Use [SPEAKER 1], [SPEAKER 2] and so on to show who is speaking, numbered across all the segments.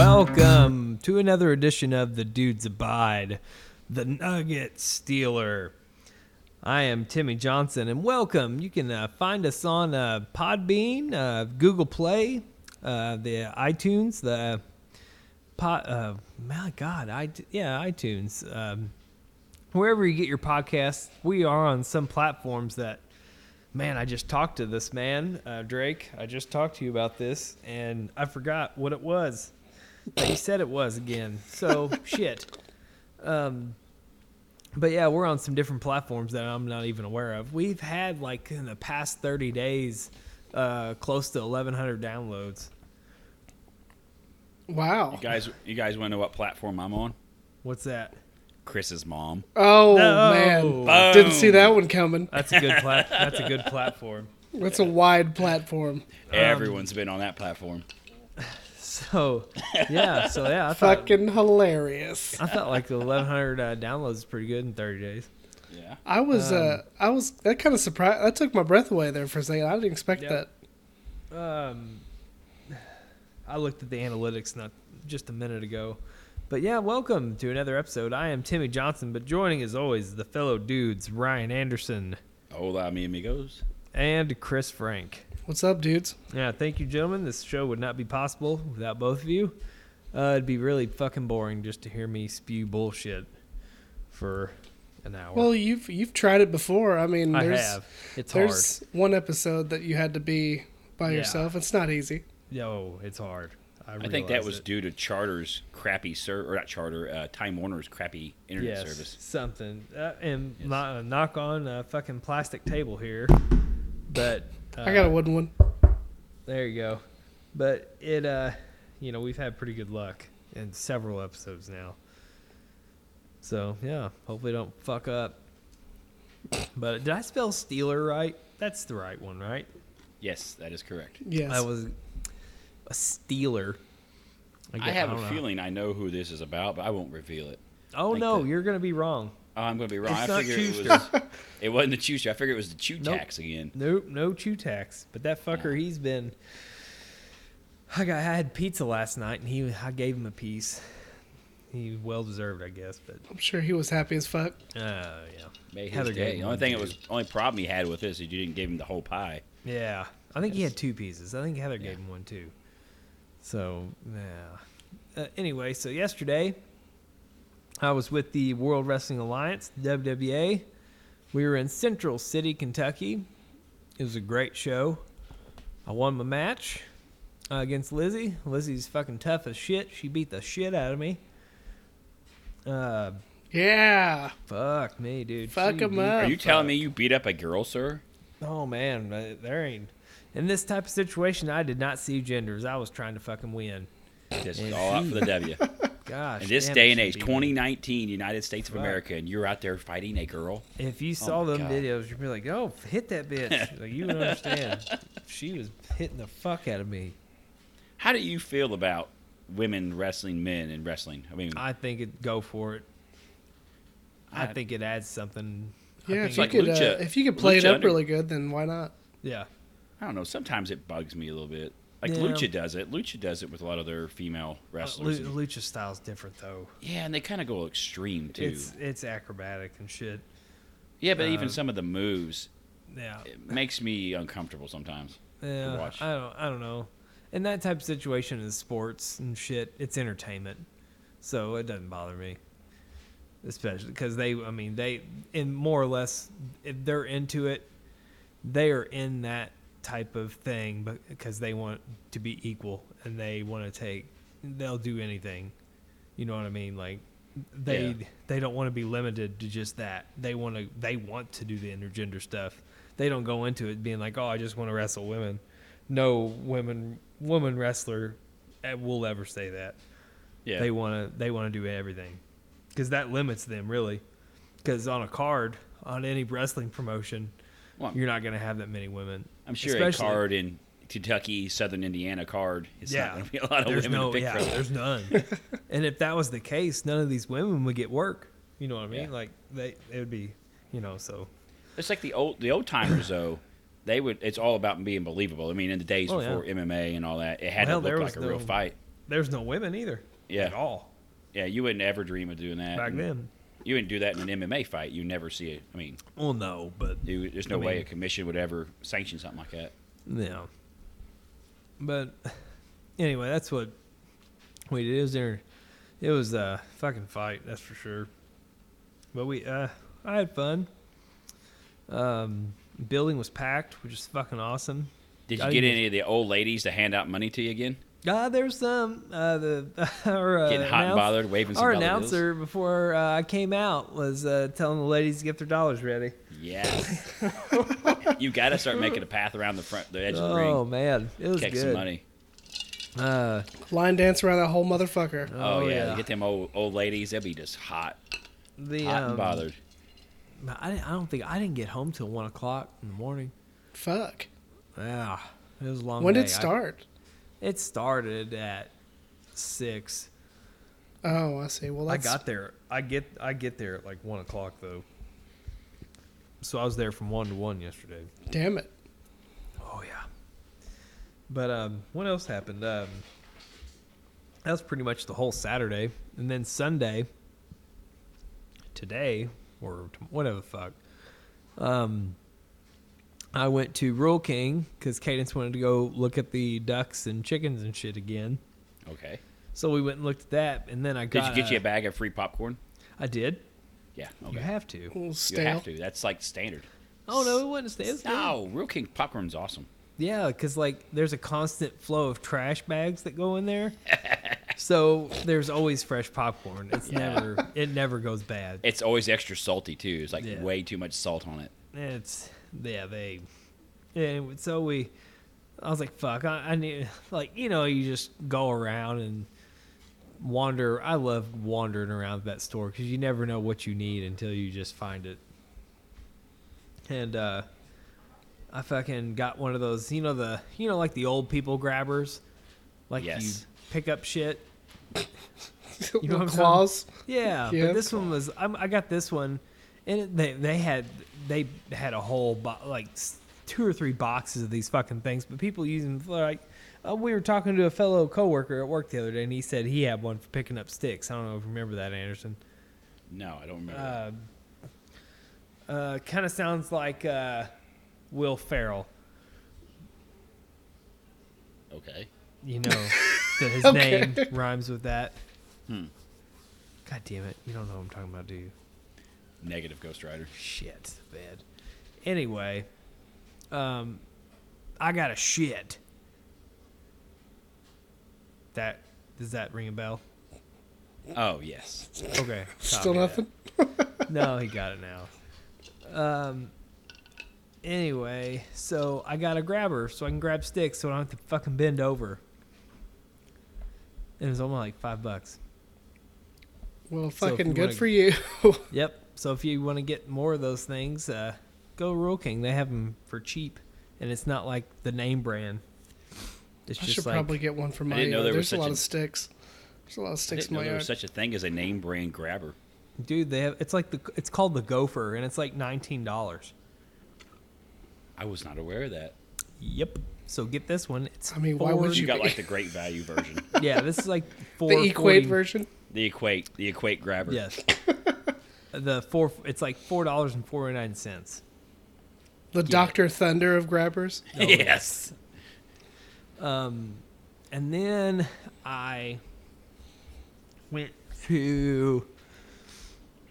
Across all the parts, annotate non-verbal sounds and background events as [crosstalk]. [SPEAKER 1] welcome to another edition of the Dudes Abide, the Nugget Stealer. I am Timmy Johnson, and welcome. You can uh, find us on uh, Podbean, uh, Google Play, uh, the iTunes, the pot. Uh, my God, I yeah, iTunes. Um, wherever you get your podcasts, we are on some platforms that. Man, I just talked to this man, uh, Drake. I just talked to you about this, and I forgot what it was. But he said it was again. So shit. Um, but yeah, we're on some different platforms that I'm not even aware of. We've had like in the past 30 days, uh, close to 1,100 downloads.
[SPEAKER 2] Wow.
[SPEAKER 3] Guys, you guys want to know what platform I'm on?
[SPEAKER 1] What's that?
[SPEAKER 3] Chris's mom.
[SPEAKER 2] Oh
[SPEAKER 1] No.
[SPEAKER 2] man,
[SPEAKER 1] Boom.
[SPEAKER 2] didn't see that one coming.
[SPEAKER 1] That's a good plat- That's a good platform.
[SPEAKER 2] That's a wide platform.
[SPEAKER 1] Um,
[SPEAKER 3] Everyone's been on that platform.
[SPEAKER 1] So yeah, so yeah, I thought
[SPEAKER 2] Fucking hilarious.
[SPEAKER 1] I thought like the 1,100 uh, downloads is pretty good in 30 days.
[SPEAKER 3] Yeah.
[SPEAKER 2] I was,
[SPEAKER 1] Um,
[SPEAKER 2] uh, I was that kind of surprised. That took my breath away there for a second. I didn't expect
[SPEAKER 1] Yeah.
[SPEAKER 2] that.
[SPEAKER 1] Um, I looked at the analytics not just a minute ago, but yeah, welcome to another episode. I am Timmy Johnson, but joining as always the fellow dudes Ryan Anderson
[SPEAKER 3] Hola, mi amigos.
[SPEAKER 1] and Chris Frank.
[SPEAKER 2] What's up, dudes?
[SPEAKER 1] Yeah, thank you, gentlemen. This show would not be possible without both of you. Uh, it'd be really fucking boring just to hear me spew bullshit for an hour.
[SPEAKER 2] Well, you've you've tried it before. I mean,
[SPEAKER 1] I
[SPEAKER 2] there's
[SPEAKER 1] have. It's hard.
[SPEAKER 2] there's one episode that you had to be by
[SPEAKER 1] Yeah.
[SPEAKER 2] yourself. It's not easy.
[SPEAKER 1] Yo, it's hard. I,
[SPEAKER 3] I think that
[SPEAKER 1] realize
[SPEAKER 3] was
[SPEAKER 1] it.
[SPEAKER 3] due to Charter's crappy server, or not Charter, uh, Time Warner's crappy internet
[SPEAKER 1] yes,
[SPEAKER 3] service.
[SPEAKER 1] something. Uh, and
[SPEAKER 3] Yes.
[SPEAKER 1] my- knock on a fucking plastic table here, but uh,
[SPEAKER 2] I got a wooden one.
[SPEAKER 1] There you go. But it, uh, you know, we've had pretty good luck in several episodes now. So yeah, hopefully don't fuck up. But did I spell Steeler right? That's the right one, right?
[SPEAKER 3] Yes, that is correct.
[SPEAKER 2] Yes.
[SPEAKER 1] I was a Steeler.
[SPEAKER 3] I have
[SPEAKER 1] don't
[SPEAKER 3] a
[SPEAKER 1] know.
[SPEAKER 3] feeling I know who this is about, but I won't reveal it.
[SPEAKER 1] Oh
[SPEAKER 3] like
[SPEAKER 1] no,
[SPEAKER 3] that.
[SPEAKER 1] you're gonna be wrong.
[SPEAKER 3] Oh, I'm going to be wrong.
[SPEAKER 1] It's
[SPEAKER 3] I
[SPEAKER 1] not
[SPEAKER 3] figured it
[SPEAKER 1] Schuster. [laughs]
[SPEAKER 3] was. it wasn't the Chewster. I figured it was the Chew
[SPEAKER 1] Nope.
[SPEAKER 3] Tax again.
[SPEAKER 1] Nope, no chew tax. But that fucker, he's been. I got I had pizza last night, and he I gave him a piece. He well deserved, I guess. But
[SPEAKER 2] I'm sure he was happy as fuck.
[SPEAKER 1] oh yeah.
[SPEAKER 3] May his
[SPEAKER 1] Heather gave
[SPEAKER 3] day. The
[SPEAKER 1] him
[SPEAKER 3] only
[SPEAKER 1] one,
[SPEAKER 3] thing it
[SPEAKER 1] too.
[SPEAKER 3] was, only problem he had with this is you didn't give him the whole pie.
[SPEAKER 1] Yeah, I think he
[SPEAKER 3] Yes.
[SPEAKER 1] had two pieces. I think Heather gave him one too. So yeah. Uh, anyway, so yesterday, I was with the World Wrestling Alliance (WWA). We were in Central City, Kentucky. It was a great show. I won my match uh, against Lizzie. Lizzie's fucking tough as shit. She beat the shit out of me. Uh,
[SPEAKER 2] Yeah.
[SPEAKER 1] fuck me, dude.
[SPEAKER 2] Fuck
[SPEAKER 1] She
[SPEAKER 2] 'em
[SPEAKER 1] beat-
[SPEAKER 2] up.
[SPEAKER 3] Are
[SPEAKER 2] Oh,
[SPEAKER 3] you telling me you beat up a girl, sir?
[SPEAKER 1] Oh man, uh, there ain't. In this type of situation, I did not see genders. I was trying to fucking win.
[SPEAKER 3] This is
[SPEAKER 1] And
[SPEAKER 3] all out
[SPEAKER 1] she-
[SPEAKER 3] for the W.
[SPEAKER 1] [laughs] Gosh.
[SPEAKER 3] In this
[SPEAKER 1] damn
[SPEAKER 3] day
[SPEAKER 1] it,
[SPEAKER 3] and
[SPEAKER 1] she
[SPEAKER 3] age,
[SPEAKER 1] beat me.
[SPEAKER 3] 2019, United States of
[SPEAKER 1] Right.
[SPEAKER 3] America, and you're out there fighting a girl.
[SPEAKER 1] If you saw
[SPEAKER 3] my
[SPEAKER 1] them
[SPEAKER 3] Oh, God.
[SPEAKER 1] videos, you'd be like, "Oh, f- hit that
[SPEAKER 3] [laughs]
[SPEAKER 1] bitch!" like you would understand. She was hitting the fuck out of me.
[SPEAKER 3] How do you feel about women wrestling men and wrestling? I mean,
[SPEAKER 1] I think it go for it. I,
[SPEAKER 3] I-
[SPEAKER 1] think it adds something. I
[SPEAKER 2] Yeah.
[SPEAKER 1] think
[SPEAKER 2] If
[SPEAKER 1] it-
[SPEAKER 2] you
[SPEAKER 3] like
[SPEAKER 2] could,
[SPEAKER 3] Lucha-
[SPEAKER 2] uh, if you could play it
[SPEAKER 3] Lucha
[SPEAKER 2] up
[SPEAKER 3] under-
[SPEAKER 2] really good, then why not?
[SPEAKER 1] yeah.
[SPEAKER 3] I don't know. Sometimes it bugs me a little bit. Like
[SPEAKER 1] Yeah.
[SPEAKER 3] Lucha does it. Lucha does it with a lot of their female
[SPEAKER 1] Uh,
[SPEAKER 3] wrestlers.
[SPEAKER 1] Lu- Lucha style's different though.
[SPEAKER 3] yeah, and they kind of go extreme too.
[SPEAKER 1] It's it's acrobatic and shit.
[SPEAKER 3] yeah, but
[SPEAKER 1] uh,
[SPEAKER 3] even some of the moves
[SPEAKER 1] Yeah.
[SPEAKER 3] it makes me uncomfortable sometimes.
[SPEAKER 1] Yeah,
[SPEAKER 3] watch.
[SPEAKER 1] I don't, I don't know. In that type of situation is sports and shit. It's entertainment, so it doesn't bother me. Especially because they, I mean, they, in more or less, if they're into it, they are in that type of thing be- because they want to be equal and they want to take, they'll do anything. You know what I mean? Like they
[SPEAKER 3] Yeah.
[SPEAKER 1] they don't want to be limited to just that. They want to they want to do the intergender stuff. They don't go into it being like, oh, I just want to wrestle women. No women woman wrestler eh, will ever say that.
[SPEAKER 3] Yeah,
[SPEAKER 1] They want to they want to do everything because that limits them really. Because on a card on any wrestling promotion,
[SPEAKER 3] Well,
[SPEAKER 1] you're not going to have that many women.
[SPEAKER 3] I'm sure a
[SPEAKER 1] Especially-
[SPEAKER 3] card in Kentucky, Southern Indiana card. It's not going to be a lot of
[SPEAKER 1] there's
[SPEAKER 3] women
[SPEAKER 1] no,
[SPEAKER 3] to pick
[SPEAKER 1] yeah,
[SPEAKER 3] from.
[SPEAKER 1] There's
[SPEAKER 3] [laughs]
[SPEAKER 1] none. and if that was the case, none of these women would get work. You know what I mean?
[SPEAKER 3] Yeah.
[SPEAKER 1] Like they, it would be, you know. So
[SPEAKER 3] It's like the old the old timers though. They would. It's all about being believable. I mean, in the days
[SPEAKER 1] Oh, yeah.
[SPEAKER 3] before MMA and all that, it had
[SPEAKER 1] Well,
[SPEAKER 3] to
[SPEAKER 1] there
[SPEAKER 3] look
[SPEAKER 1] was
[SPEAKER 3] like a real
[SPEAKER 1] no-
[SPEAKER 3] fight.
[SPEAKER 1] there's no women either. at
[SPEAKER 3] Yeah, Mm.
[SPEAKER 1] all
[SPEAKER 3] yeah. You wouldn't ever dream of doing that
[SPEAKER 1] back
[SPEAKER 3] And
[SPEAKER 1] then.
[SPEAKER 3] You wouldn't do that in an MMA fight. You never see it. I mean,
[SPEAKER 1] Well, no, but
[SPEAKER 3] you, there's no
[SPEAKER 1] I
[SPEAKER 3] way
[SPEAKER 1] mean-
[SPEAKER 3] a commission would ever sanction something like that.
[SPEAKER 1] Yeah. But [laughs] anyway, that's what we did. It was there. It was a fucking fight, that's for sure. But we, uh, I had fun. Um, building was packed, which is fucking awesome.
[SPEAKER 3] Did
[SPEAKER 1] I
[SPEAKER 3] you get
[SPEAKER 1] didn't-
[SPEAKER 3] any of the old ladies to hand out money to you again?
[SPEAKER 1] Uh, there was some uh, the [laughs] our, uh,
[SPEAKER 3] Getting hot and
[SPEAKER 1] announce-
[SPEAKER 3] bothered, waving some
[SPEAKER 1] Our
[SPEAKER 3] dollar bills?
[SPEAKER 1] announcer before uh, I came out was uh, telling the ladies to get their dollars ready.
[SPEAKER 3] Yes.
[SPEAKER 1] [laughs]
[SPEAKER 3] you got to start making a path around the front, the edge of the
[SPEAKER 1] Oh
[SPEAKER 3] ring,
[SPEAKER 1] man, it was
[SPEAKER 3] catch
[SPEAKER 1] good.
[SPEAKER 3] some money.
[SPEAKER 1] Uh,
[SPEAKER 2] Line dance around that whole motherfucker.
[SPEAKER 3] Oh,
[SPEAKER 1] Oh,
[SPEAKER 3] yeah.
[SPEAKER 1] yeah.
[SPEAKER 3] get them old old ladies. They'd be just hot,
[SPEAKER 1] the
[SPEAKER 3] hot
[SPEAKER 1] um,
[SPEAKER 3] and bothered.
[SPEAKER 1] I, I don't think I didn't get home till one o'clock in the morning.
[SPEAKER 2] Fuck.
[SPEAKER 1] Yeah, it was a long.
[SPEAKER 2] when
[SPEAKER 1] day.
[SPEAKER 2] did it
[SPEAKER 1] I-
[SPEAKER 2] start?
[SPEAKER 1] it started at six.
[SPEAKER 2] oh, I see. Well,
[SPEAKER 1] I
[SPEAKER 2] that's,
[SPEAKER 1] got there. I get. I get there at like one o'clock though. So I was there from one to one yesterday.
[SPEAKER 2] Damn it.
[SPEAKER 1] Oh yeah. But um, what else happened? Um, that was pretty much the whole Saturday, and then Sunday. Today or t- whatever the fuck, um, I went to Rural King because Cadence wanted to go look at the ducks and chickens and shit again.
[SPEAKER 3] Okay.
[SPEAKER 1] So we went and looked at that, and then I
[SPEAKER 3] Did
[SPEAKER 1] got.
[SPEAKER 3] you get you a
[SPEAKER 1] uh,
[SPEAKER 3] bag of free popcorn?
[SPEAKER 1] I did.
[SPEAKER 3] Yeah.
[SPEAKER 1] You
[SPEAKER 3] Okay.
[SPEAKER 1] have to.
[SPEAKER 2] Well,
[SPEAKER 3] You have
[SPEAKER 2] stale. [laughs]
[SPEAKER 3] to. That's like standard.
[SPEAKER 1] Oh no, it wasn't. It was good.
[SPEAKER 3] No, Real King popcorn's awesome.
[SPEAKER 1] Yeah, because like there's a constant flow of trash bags that go in there, so there's always fresh popcorn. It's
[SPEAKER 3] Yeah.
[SPEAKER 1] never it never goes bad.
[SPEAKER 3] It's always extra salty too. It's like
[SPEAKER 1] Yeah.
[SPEAKER 3] way too much salt on it.
[SPEAKER 1] It's yeah they, and so we, I was like fuck I, I need like you know you just go around and wander. I love wandering around that store because you never know what you need until you just find it. And uh, I fucking got one of those you know the you know like the old people grabbers, like
[SPEAKER 3] Yes.
[SPEAKER 1] you pick up shit You know
[SPEAKER 2] Little
[SPEAKER 1] what I'm saying?
[SPEAKER 2] claws.
[SPEAKER 1] yeah,
[SPEAKER 2] Yeah.
[SPEAKER 1] but this one was I'm, I got this one, and it, they they had they had a whole bo- like s- two or three boxes of these fucking things. But people using for, like uh, we were talking to a fellow coworker at work the other day, and he said he had one for picking up sticks. I don't know if you remember that, Anderson.
[SPEAKER 3] No, I don't remember.
[SPEAKER 1] Uh,
[SPEAKER 3] that.
[SPEAKER 1] uh, kind of sounds like uh, Will Ferrell. Uh.
[SPEAKER 3] Okay.
[SPEAKER 1] You know that his
[SPEAKER 2] Okay.
[SPEAKER 1] name rhymes with that. God damn it! You don't know what I'm talking about, do you?
[SPEAKER 3] Negative Ghost Rider.
[SPEAKER 1] Shit, man. Anyway, um, I got a shit. That does that ring a bell?
[SPEAKER 3] Oh yes.
[SPEAKER 1] Okay.
[SPEAKER 2] [laughs] Still
[SPEAKER 1] copy that.
[SPEAKER 2] nothing.
[SPEAKER 1] [laughs] No, he got it now. Um. Anyway, so I got a grabber, so I can grab sticks, so I don't have to fucking bend over. And it was only like five bucks.
[SPEAKER 2] Well,
[SPEAKER 1] So if
[SPEAKER 2] fucking
[SPEAKER 1] you
[SPEAKER 2] good
[SPEAKER 1] wanna-
[SPEAKER 2] for you. [laughs]
[SPEAKER 1] Yep. So if you want to get more of those things, uh, go Rural King. They have them for cheap, and it's not like the name brand. It's
[SPEAKER 2] I
[SPEAKER 1] just
[SPEAKER 2] should
[SPEAKER 1] like
[SPEAKER 2] probably get one for my
[SPEAKER 3] didn't know
[SPEAKER 2] yard.
[SPEAKER 3] there was
[SPEAKER 2] There's a
[SPEAKER 3] such
[SPEAKER 2] lot
[SPEAKER 3] a-
[SPEAKER 2] of sticks. There's a lot of
[SPEAKER 3] I
[SPEAKER 2] sticks
[SPEAKER 3] didn't
[SPEAKER 2] in
[SPEAKER 3] know
[SPEAKER 2] my
[SPEAKER 3] there
[SPEAKER 2] yard.
[SPEAKER 3] was such a thing as a name brand grabber.
[SPEAKER 1] dude. They have it's like the it's called the Gopher, and it's like nineteen dollars.
[SPEAKER 3] I was not aware of that.
[SPEAKER 1] Yep. So get this one. It's
[SPEAKER 2] I mean, why would
[SPEAKER 1] four-
[SPEAKER 3] You
[SPEAKER 2] you
[SPEAKER 3] got
[SPEAKER 2] be-
[SPEAKER 3] like the great value
[SPEAKER 1] [laughs]
[SPEAKER 3] version,
[SPEAKER 1] Yeah, this is like four.
[SPEAKER 2] [laughs] The equate version.
[SPEAKER 3] the equate, the equate
[SPEAKER 2] [laughs]
[SPEAKER 3] grabber. [laughs]
[SPEAKER 1] Yes. the four. It's like four dollars and forty nine cents.
[SPEAKER 2] The Doctor Thunder of grabbers.
[SPEAKER 3] yes.
[SPEAKER 1] And then I went to.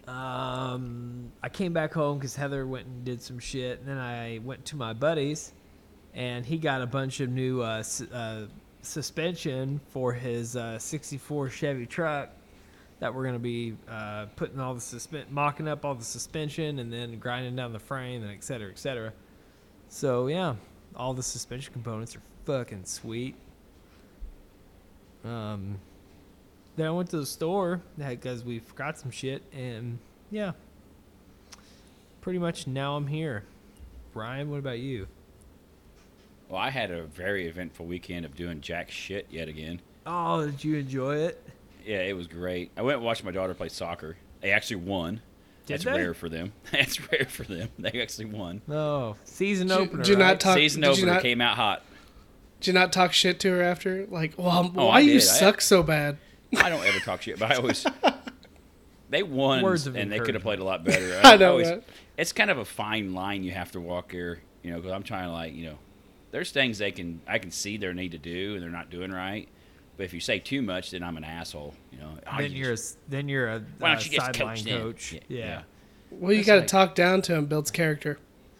[SPEAKER 1] Um, I came back home because Heather went and did some shit. And then I went to my buddy's, and he got a bunch of new uh, s- uh, suspension for his uh, '64 Chevy truck that we're gonna be uh, putting all the suspension, mocking up all the suspension, and then grinding down the frame, and et cetera, et cetera. So yeah, all the suspension components are fucking sweet. Um, then I went to the store because we forgot some shit, and yeah, pretty much now I'm here. Ryan, what about you?
[SPEAKER 3] Well, I had a very eventful weekend of doing jack shit yet again.
[SPEAKER 1] Oh, did you enjoy it?
[SPEAKER 3] Yeah, it was great. I went and watched my daughter play soccer. They actually won.
[SPEAKER 1] Did
[SPEAKER 3] That's
[SPEAKER 1] they?
[SPEAKER 3] rare for them. [laughs] That's rare for them. They actually won.
[SPEAKER 1] No, Oh, season
[SPEAKER 2] Did you-
[SPEAKER 1] opener.
[SPEAKER 2] did you not
[SPEAKER 1] right?
[SPEAKER 2] talk-
[SPEAKER 3] Season
[SPEAKER 2] did you
[SPEAKER 3] opener
[SPEAKER 2] not-
[SPEAKER 3] came out hot.
[SPEAKER 2] Did you not talk shit to her after? Like, well, I'm-
[SPEAKER 3] Oh,
[SPEAKER 2] why
[SPEAKER 3] I
[SPEAKER 2] you
[SPEAKER 3] did. I-
[SPEAKER 2] suck so bad?
[SPEAKER 3] I don't ever talk shit, but I always they won
[SPEAKER 1] Words of
[SPEAKER 3] and they could have played a lot better.
[SPEAKER 2] I know, right?
[SPEAKER 3] It's kind of a fine line you have to walk here, you know, because I'm trying to like, you know, there's things they can I can see they need to do and they're not doing right. But if you say too much, then I'm an asshole. You know, Oh,
[SPEAKER 1] then
[SPEAKER 3] you
[SPEAKER 1] you're a, s- then you're a
[SPEAKER 3] Why
[SPEAKER 1] uh,
[SPEAKER 3] don't you just
[SPEAKER 1] sideline
[SPEAKER 3] coach them?
[SPEAKER 1] coach.
[SPEAKER 3] Yeah,
[SPEAKER 1] Yeah.
[SPEAKER 3] yeah.
[SPEAKER 2] Well, you
[SPEAKER 3] That's
[SPEAKER 2] got to
[SPEAKER 3] like-
[SPEAKER 2] talk down to him, builds character.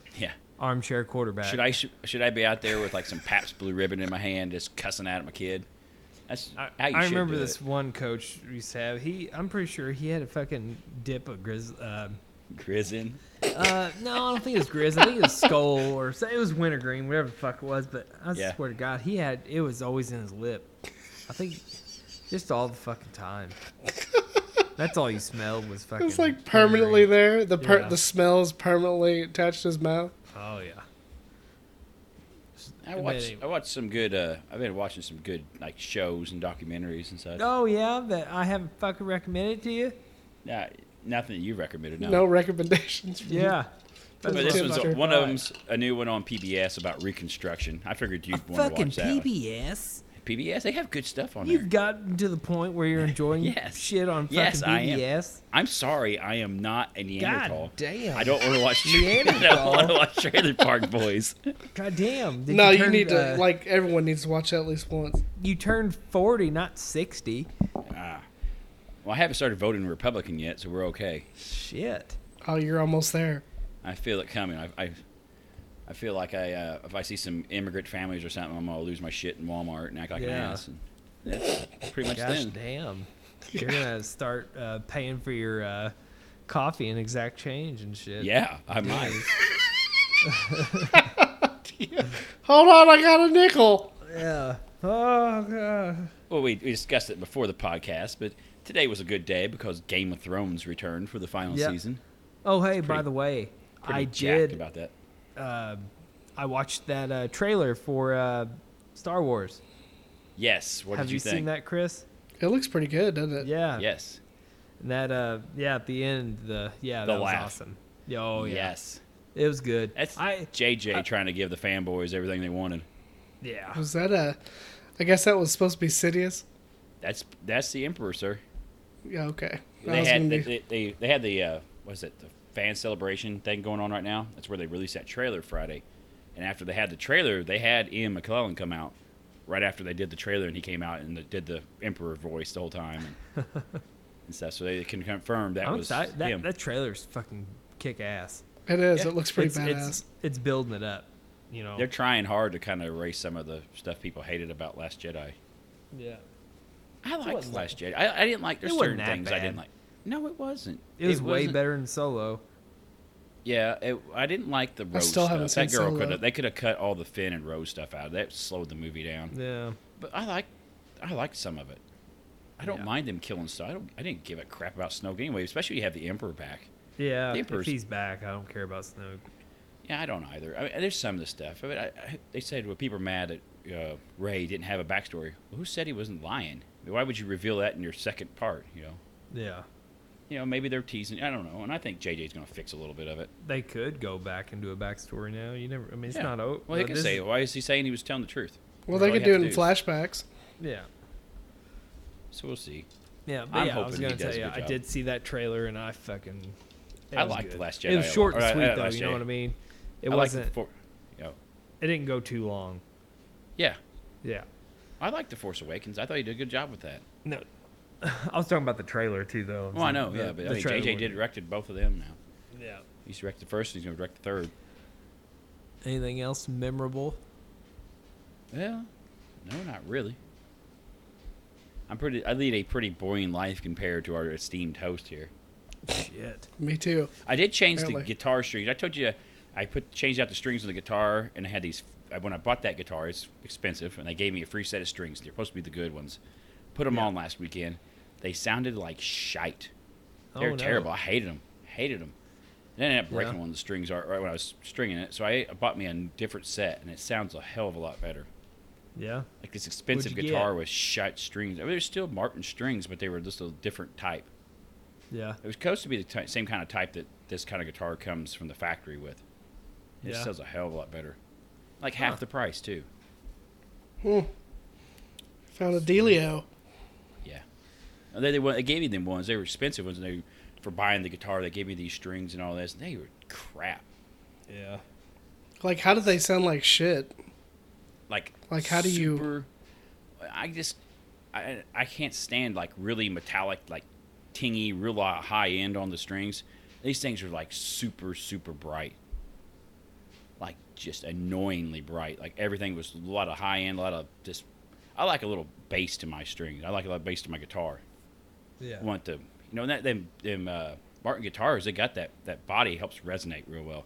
[SPEAKER 3] just- [laughs] yeah.
[SPEAKER 1] armchair quarterback.
[SPEAKER 3] Should I sh- should I be out there with like some Pabst Blue Ribbon in my hand, just cussing out at my kid? That's
[SPEAKER 1] I,
[SPEAKER 3] how you
[SPEAKER 1] I
[SPEAKER 3] should
[SPEAKER 1] remember
[SPEAKER 3] do
[SPEAKER 1] this
[SPEAKER 3] it.
[SPEAKER 1] one coach we used to have. He, I'm pretty sure he had a fucking dip of grizz. Uh,
[SPEAKER 3] Grizzin.
[SPEAKER 1] uh, no, I don't think it was grizz. I think it was skull or so- it was wintergreen, whatever the fuck it was. But I
[SPEAKER 3] Yeah.
[SPEAKER 1] swear to God, he had it was always in his lip. I think just all the fucking time. That's all you smelled was fucking.
[SPEAKER 2] It's like permanently
[SPEAKER 1] wintergreen.
[SPEAKER 2] there. The per-
[SPEAKER 1] Yeah.
[SPEAKER 2] the smell is permanently attached to his mouth.
[SPEAKER 1] Oh yeah.
[SPEAKER 3] I
[SPEAKER 1] And
[SPEAKER 3] watched
[SPEAKER 1] then-
[SPEAKER 3] I watched some good. Uh, I've been watching some good like shows and documentaries and such.
[SPEAKER 1] Oh yeah, that I haven't fucking recommended to you.
[SPEAKER 2] Mm-hmm.
[SPEAKER 3] Nah, nothing that you recommended. No.
[SPEAKER 2] No, recommendations. From
[SPEAKER 1] Yeah.
[SPEAKER 3] But
[SPEAKER 2] That's
[SPEAKER 3] this
[SPEAKER 2] what I'm
[SPEAKER 3] was a,
[SPEAKER 2] sure.
[SPEAKER 3] one of them's a new one on PBS about Reconstruction. I figured you'd want to
[SPEAKER 1] fucking
[SPEAKER 3] watch that. one.
[SPEAKER 1] PBS.
[SPEAKER 3] PBS, they have good stuff on
[SPEAKER 1] You've
[SPEAKER 3] there.
[SPEAKER 1] gotten to the point where you're enjoying
[SPEAKER 3] [laughs] Yes.
[SPEAKER 1] shit on fucking
[SPEAKER 3] Yes, I am.
[SPEAKER 1] PBS.
[SPEAKER 3] I'm sorry, I am not a Neanderthal.
[SPEAKER 1] damn.
[SPEAKER 3] I don't want to watch. [laughs] I
[SPEAKER 1] Neanderthal.
[SPEAKER 3] don't want to watch Trailer Park Boys. [laughs]
[SPEAKER 1] God damn. Did
[SPEAKER 2] No, you,
[SPEAKER 1] turn,
[SPEAKER 2] need to
[SPEAKER 1] uh,
[SPEAKER 2] like everyone needs to watch that at least once.
[SPEAKER 1] You turned 40, not 60.
[SPEAKER 3] Ah. Well, I haven't started voting Republican yet, so we're okay.
[SPEAKER 1] Shit.
[SPEAKER 2] Oh, you're almost there.
[SPEAKER 3] I feel it coming. I, I, I feel like I uh, if I see some immigrant families or something, I'm gonna lose my shit in Walmart and act like an
[SPEAKER 1] Yeah.
[SPEAKER 3] ass. And that's pretty much
[SPEAKER 1] Gosh
[SPEAKER 3] then. [laughs]
[SPEAKER 1] damn. You're going to start uh, paying for your uh, coffee and exact change and shit.
[SPEAKER 3] Yeah,
[SPEAKER 1] [laughs]
[SPEAKER 3] I might.
[SPEAKER 2] Hold on, I got a nickel.
[SPEAKER 1] Yeah. Oh, God.
[SPEAKER 3] Well, we, we discussed it before the podcast, but today was a good day because Game of Thrones returned for the final
[SPEAKER 1] Yeah.
[SPEAKER 3] season.
[SPEAKER 1] Oh, hey, by
[SPEAKER 3] Pretty-
[SPEAKER 1] the way,
[SPEAKER 3] Pretty
[SPEAKER 1] I
[SPEAKER 3] jacked
[SPEAKER 1] did.
[SPEAKER 3] about that.
[SPEAKER 1] Uh, I watched that uh, trailer for uh, Star Wars.
[SPEAKER 3] Yes. What
[SPEAKER 1] Have
[SPEAKER 3] did you, think? Uh,
[SPEAKER 1] seen that, Chris?
[SPEAKER 2] It looks pretty good, doesn't it?
[SPEAKER 1] Yeah.
[SPEAKER 3] Yes.
[SPEAKER 1] And that uh yeah, at the end the yeah,
[SPEAKER 3] The
[SPEAKER 1] that was
[SPEAKER 3] laugh.
[SPEAKER 1] awesome. Yeah, Oh yeah.
[SPEAKER 3] Yes.
[SPEAKER 1] It was good.
[SPEAKER 3] That's
[SPEAKER 1] I
[SPEAKER 3] JJ trying to give the fanboys everything they wanted.
[SPEAKER 1] yeah.
[SPEAKER 2] Was that a? I guess that was supposed to be Sidious.
[SPEAKER 3] That's that's the Emperor, sir.
[SPEAKER 2] Yeah, okay. I
[SPEAKER 3] they
[SPEAKER 2] was
[SPEAKER 3] had
[SPEAKER 2] gonna
[SPEAKER 3] they,
[SPEAKER 2] be-
[SPEAKER 3] they, they, they had the uh, what is it the fan celebration thing going on right now. That's where they released that trailer Friday, and after they had the trailer, they had Ian McClellan come out right after they did the trailer, and he came out and did the Emperor voice the whole time and,
[SPEAKER 1] [laughs]
[SPEAKER 3] and stuff. So they can confirm that
[SPEAKER 1] I'm
[SPEAKER 3] was
[SPEAKER 1] excited.
[SPEAKER 3] him.
[SPEAKER 1] That, that trailer's fucking kick ass.
[SPEAKER 2] [laughs] it is.
[SPEAKER 3] yeah,
[SPEAKER 2] It looks pretty
[SPEAKER 1] it's,
[SPEAKER 2] badass.
[SPEAKER 1] It's, it's building it up, you know.
[SPEAKER 3] They're trying hard to kind of erase some of the stuff people hated about Last Jedi.
[SPEAKER 1] yeah.
[SPEAKER 3] I liked
[SPEAKER 1] wasn't
[SPEAKER 3] Last Jedi. I, I didn't like there's
[SPEAKER 1] It wasn't
[SPEAKER 3] certain
[SPEAKER 1] that
[SPEAKER 3] things I
[SPEAKER 1] bad.
[SPEAKER 3] didn't like. No, it wasn't.
[SPEAKER 1] It was way
[SPEAKER 3] wasn't-
[SPEAKER 1] better than Solo.
[SPEAKER 3] Yeah, it, I didn't like the Rose
[SPEAKER 2] still haven't
[SPEAKER 3] stuff. That
[SPEAKER 2] seen
[SPEAKER 3] girl
[SPEAKER 2] Solo.
[SPEAKER 3] could have they could have cut all the Finn and Rose stuff out. That slowed the movie down.
[SPEAKER 1] Yeah.
[SPEAKER 3] But I like I liked some of it. I don't
[SPEAKER 1] Yeah.
[SPEAKER 3] mind them killing stuff. I don't I didn't give a crap about Snoke anyway, especially you have the Emperor back.
[SPEAKER 1] Yeah.
[SPEAKER 3] The
[SPEAKER 1] If
[SPEAKER 3] Emperor's-
[SPEAKER 1] he's back, I don't care about Snoke.
[SPEAKER 3] Yeah, I don't either. I mean, there's some of the stuff. I mean, I, I, they said well, people are mad that uh, Ray didn't have a backstory. Well, who said he wasn't lying? I mean, why would you reveal that in your second part? You know,
[SPEAKER 1] Yeah.
[SPEAKER 3] you know, maybe they're teasing. I don't know. And I think JJ's going to fix a little bit of it.
[SPEAKER 1] They could go back and do a backstory now. You never I mean it's
[SPEAKER 3] Yeah.
[SPEAKER 1] not over.
[SPEAKER 3] Well, they could say, why is he saying he was telling the truth?
[SPEAKER 2] uh, well,
[SPEAKER 3] That's
[SPEAKER 2] they
[SPEAKER 3] all you
[SPEAKER 2] could do
[SPEAKER 3] have
[SPEAKER 2] it
[SPEAKER 3] to
[SPEAKER 2] in
[SPEAKER 3] is-
[SPEAKER 2] flashbacks.
[SPEAKER 1] Yeah.
[SPEAKER 3] So we'll see.
[SPEAKER 1] Yeah, but
[SPEAKER 3] I'm
[SPEAKER 1] yeah, I was
[SPEAKER 3] hoping he
[SPEAKER 1] gonna
[SPEAKER 3] does a
[SPEAKER 1] tell you,
[SPEAKER 3] good
[SPEAKER 1] I
[SPEAKER 3] job.
[SPEAKER 1] did see that trailer and I fucking. it
[SPEAKER 3] I
[SPEAKER 1] was
[SPEAKER 3] liked
[SPEAKER 1] good.
[SPEAKER 3] The Last
[SPEAKER 1] It
[SPEAKER 3] Jedi
[SPEAKER 1] was
[SPEAKER 3] a lot.
[SPEAKER 1] short and
[SPEAKER 3] Or, uh,
[SPEAKER 1] sweet
[SPEAKER 3] uh,
[SPEAKER 1] though.
[SPEAKER 3] Last
[SPEAKER 1] you know
[SPEAKER 3] Jedi.
[SPEAKER 1] what I mean? It
[SPEAKER 3] I like the
[SPEAKER 1] wasn't.
[SPEAKER 3] for- you know,
[SPEAKER 1] it didn't go too long.
[SPEAKER 3] yeah,
[SPEAKER 1] Yeah.
[SPEAKER 3] I like the Force Awakens. I thought he did a good job with that.
[SPEAKER 1] No. [laughs] I was talking about the trailer too, though.
[SPEAKER 3] Well, Oh, I know, yeah, but
[SPEAKER 1] the
[SPEAKER 3] I mean,
[SPEAKER 1] trailer
[SPEAKER 3] JJ
[SPEAKER 1] one.
[SPEAKER 3] did directed both of them. Now
[SPEAKER 1] Yeah.
[SPEAKER 3] he's directed the first, and he's going to direct the third.
[SPEAKER 1] Anything else memorable?
[SPEAKER 3] Well, no, not really. I'm pretty. I lead a pretty boring life compared to our esteemed host here.
[SPEAKER 1] Shit.
[SPEAKER 2] Me too.
[SPEAKER 3] I did change
[SPEAKER 2] Apparently.
[SPEAKER 3] the guitar strings. I told you I put changed out the strings on the guitar, and I had these. When I bought that guitar, it's expensive, and they gave me a free set of strings. They're supposed to be the good ones. Put them on last weekend. They sounded like shite. They
[SPEAKER 1] Oh,
[SPEAKER 3] were
[SPEAKER 1] no.
[SPEAKER 3] terrible. I hated them. Hated them. And then I ended up breaking
[SPEAKER 1] Yeah.
[SPEAKER 3] one of the strings right right when I was stringing it. So I bought me a different set, and it sounds a hell of a lot better.
[SPEAKER 1] Yeah.
[SPEAKER 3] Like this expensive
[SPEAKER 1] you get?
[SPEAKER 3] guitar with shite strings. I mean, they're still Martin strings, but they were just a different type.
[SPEAKER 1] Yeah.
[SPEAKER 3] It was supposed to be the ty same kind of type that this kind of guitar comes from the factory with. It
[SPEAKER 1] Yeah.
[SPEAKER 3] sells a hell of a lot better. Like
[SPEAKER 1] Huh.
[SPEAKER 3] half the price too.
[SPEAKER 2] Found a Delio.
[SPEAKER 3] Yeah. And They, they, wa- they gave me them ones. They were expensive ones. And they for buying the guitar, they gave me these strings and all this. And they were crap.
[SPEAKER 1] Yeah.
[SPEAKER 2] Like, how do they sound like shit?
[SPEAKER 3] Like
[SPEAKER 2] Like, how do you-
[SPEAKER 3] you? I just I I can't stand like really metallic, like tingy, real uh, high end on the strings. These things are like super super bright. Like just annoyingly bright. Like everything was a lot of high end, a lot of just. I like a little bass to my strings. I like a lot of bass to my guitar.
[SPEAKER 1] Yeah.
[SPEAKER 3] want the you know and that them them uh, Martin guitars they got that that body helps resonate real well,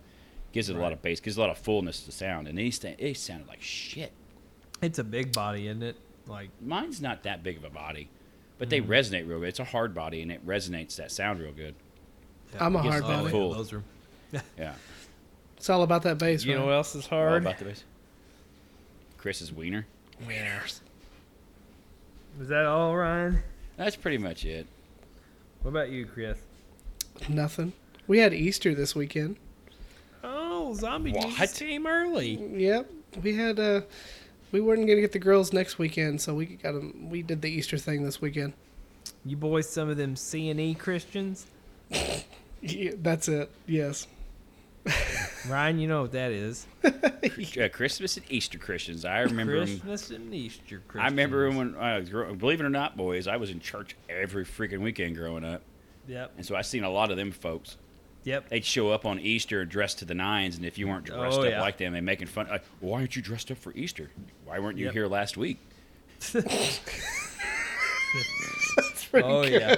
[SPEAKER 3] gives it a lot of bass, gives a lot of fullness to the sound, and these things they sounded like shit.
[SPEAKER 1] It's a big body, isn't it? Like
[SPEAKER 3] Mine's not that big of a body, but they resonate real good. It's a hard body and it resonates that sound real good.
[SPEAKER 2] I'm a
[SPEAKER 1] yeah,
[SPEAKER 2] hard
[SPEAKER 1] oh,
[SPEAKER 2] body.
[SPEAKER 1] yeah,
[SPEAKER 3] Cool.
[SPEAKER 1] Those are
[SPEAKER 3] Yeah,
[SPEAKER 2] It's all about that bass,
[SPEAKER 1] You know what
[SPEAKER 2] right?
[SPEAKER 1] else is
[SPEAKER 3] All
[SPEAKER 1] hard?
[SPEAKER 3] about the bass. Chris's wiener.
[SPEAKER 2] Wieners.
[SPEAKER 1] Is that all, Ryan?
[SPEAKER 3] That's pretty much it.
[SPEAKER 1] What about you, Chris?
[SPEAKER 2] Nothing. We had Easter this weekend.
[SPEAKER 1] Oh, zombie
[SPEAKER 3] What?
[SPEAKER 1] Jesus came early.
[SPEAKER 2] Yep, we had. uh We weren't gonna get the girls next weekend, so we got them. We did the Easter thing this weekend.
[SPEAKER 1] You boys, some of them C and E Christians.
[SPEAKER 2] Yeah, that's it. Yes.
[SPEAKER 1] Ryan, you know what that is.
[SPEAKER 3] Chris- uh, Christmas and Easter Christians. I remember 'em-
[SPEAKER 1] Christmas and Easter. Christians.
[SPEAKER 3] I remember when, uh, grow- believe it or not, boys, I was in church every freaking weekend growing up,
[SPEAKER 1] Yep.
[SPEAKER 3] and so I seen a lot of them folks.
[SPEAKER 1] Yep.
[SPEAKER 3] they'd show up on Easter dressed to the nines, and if you weren't dressed
[SPEAKER 1] Oh,
[SPEAKER 3] up
[SPEAKER 1] yeah.
[SPEAKER 3] like them, they making fun. Like, why aren't you dressed up for Easter? Why weren't you
[SPEAKER 1] Yep.
[SPEAKER 3] here last week?
[SPEAKER 2] That's pretty
[SPEAKER 1] oh
[SPEAKER 2] good.
[SPEAKER 1] yeah.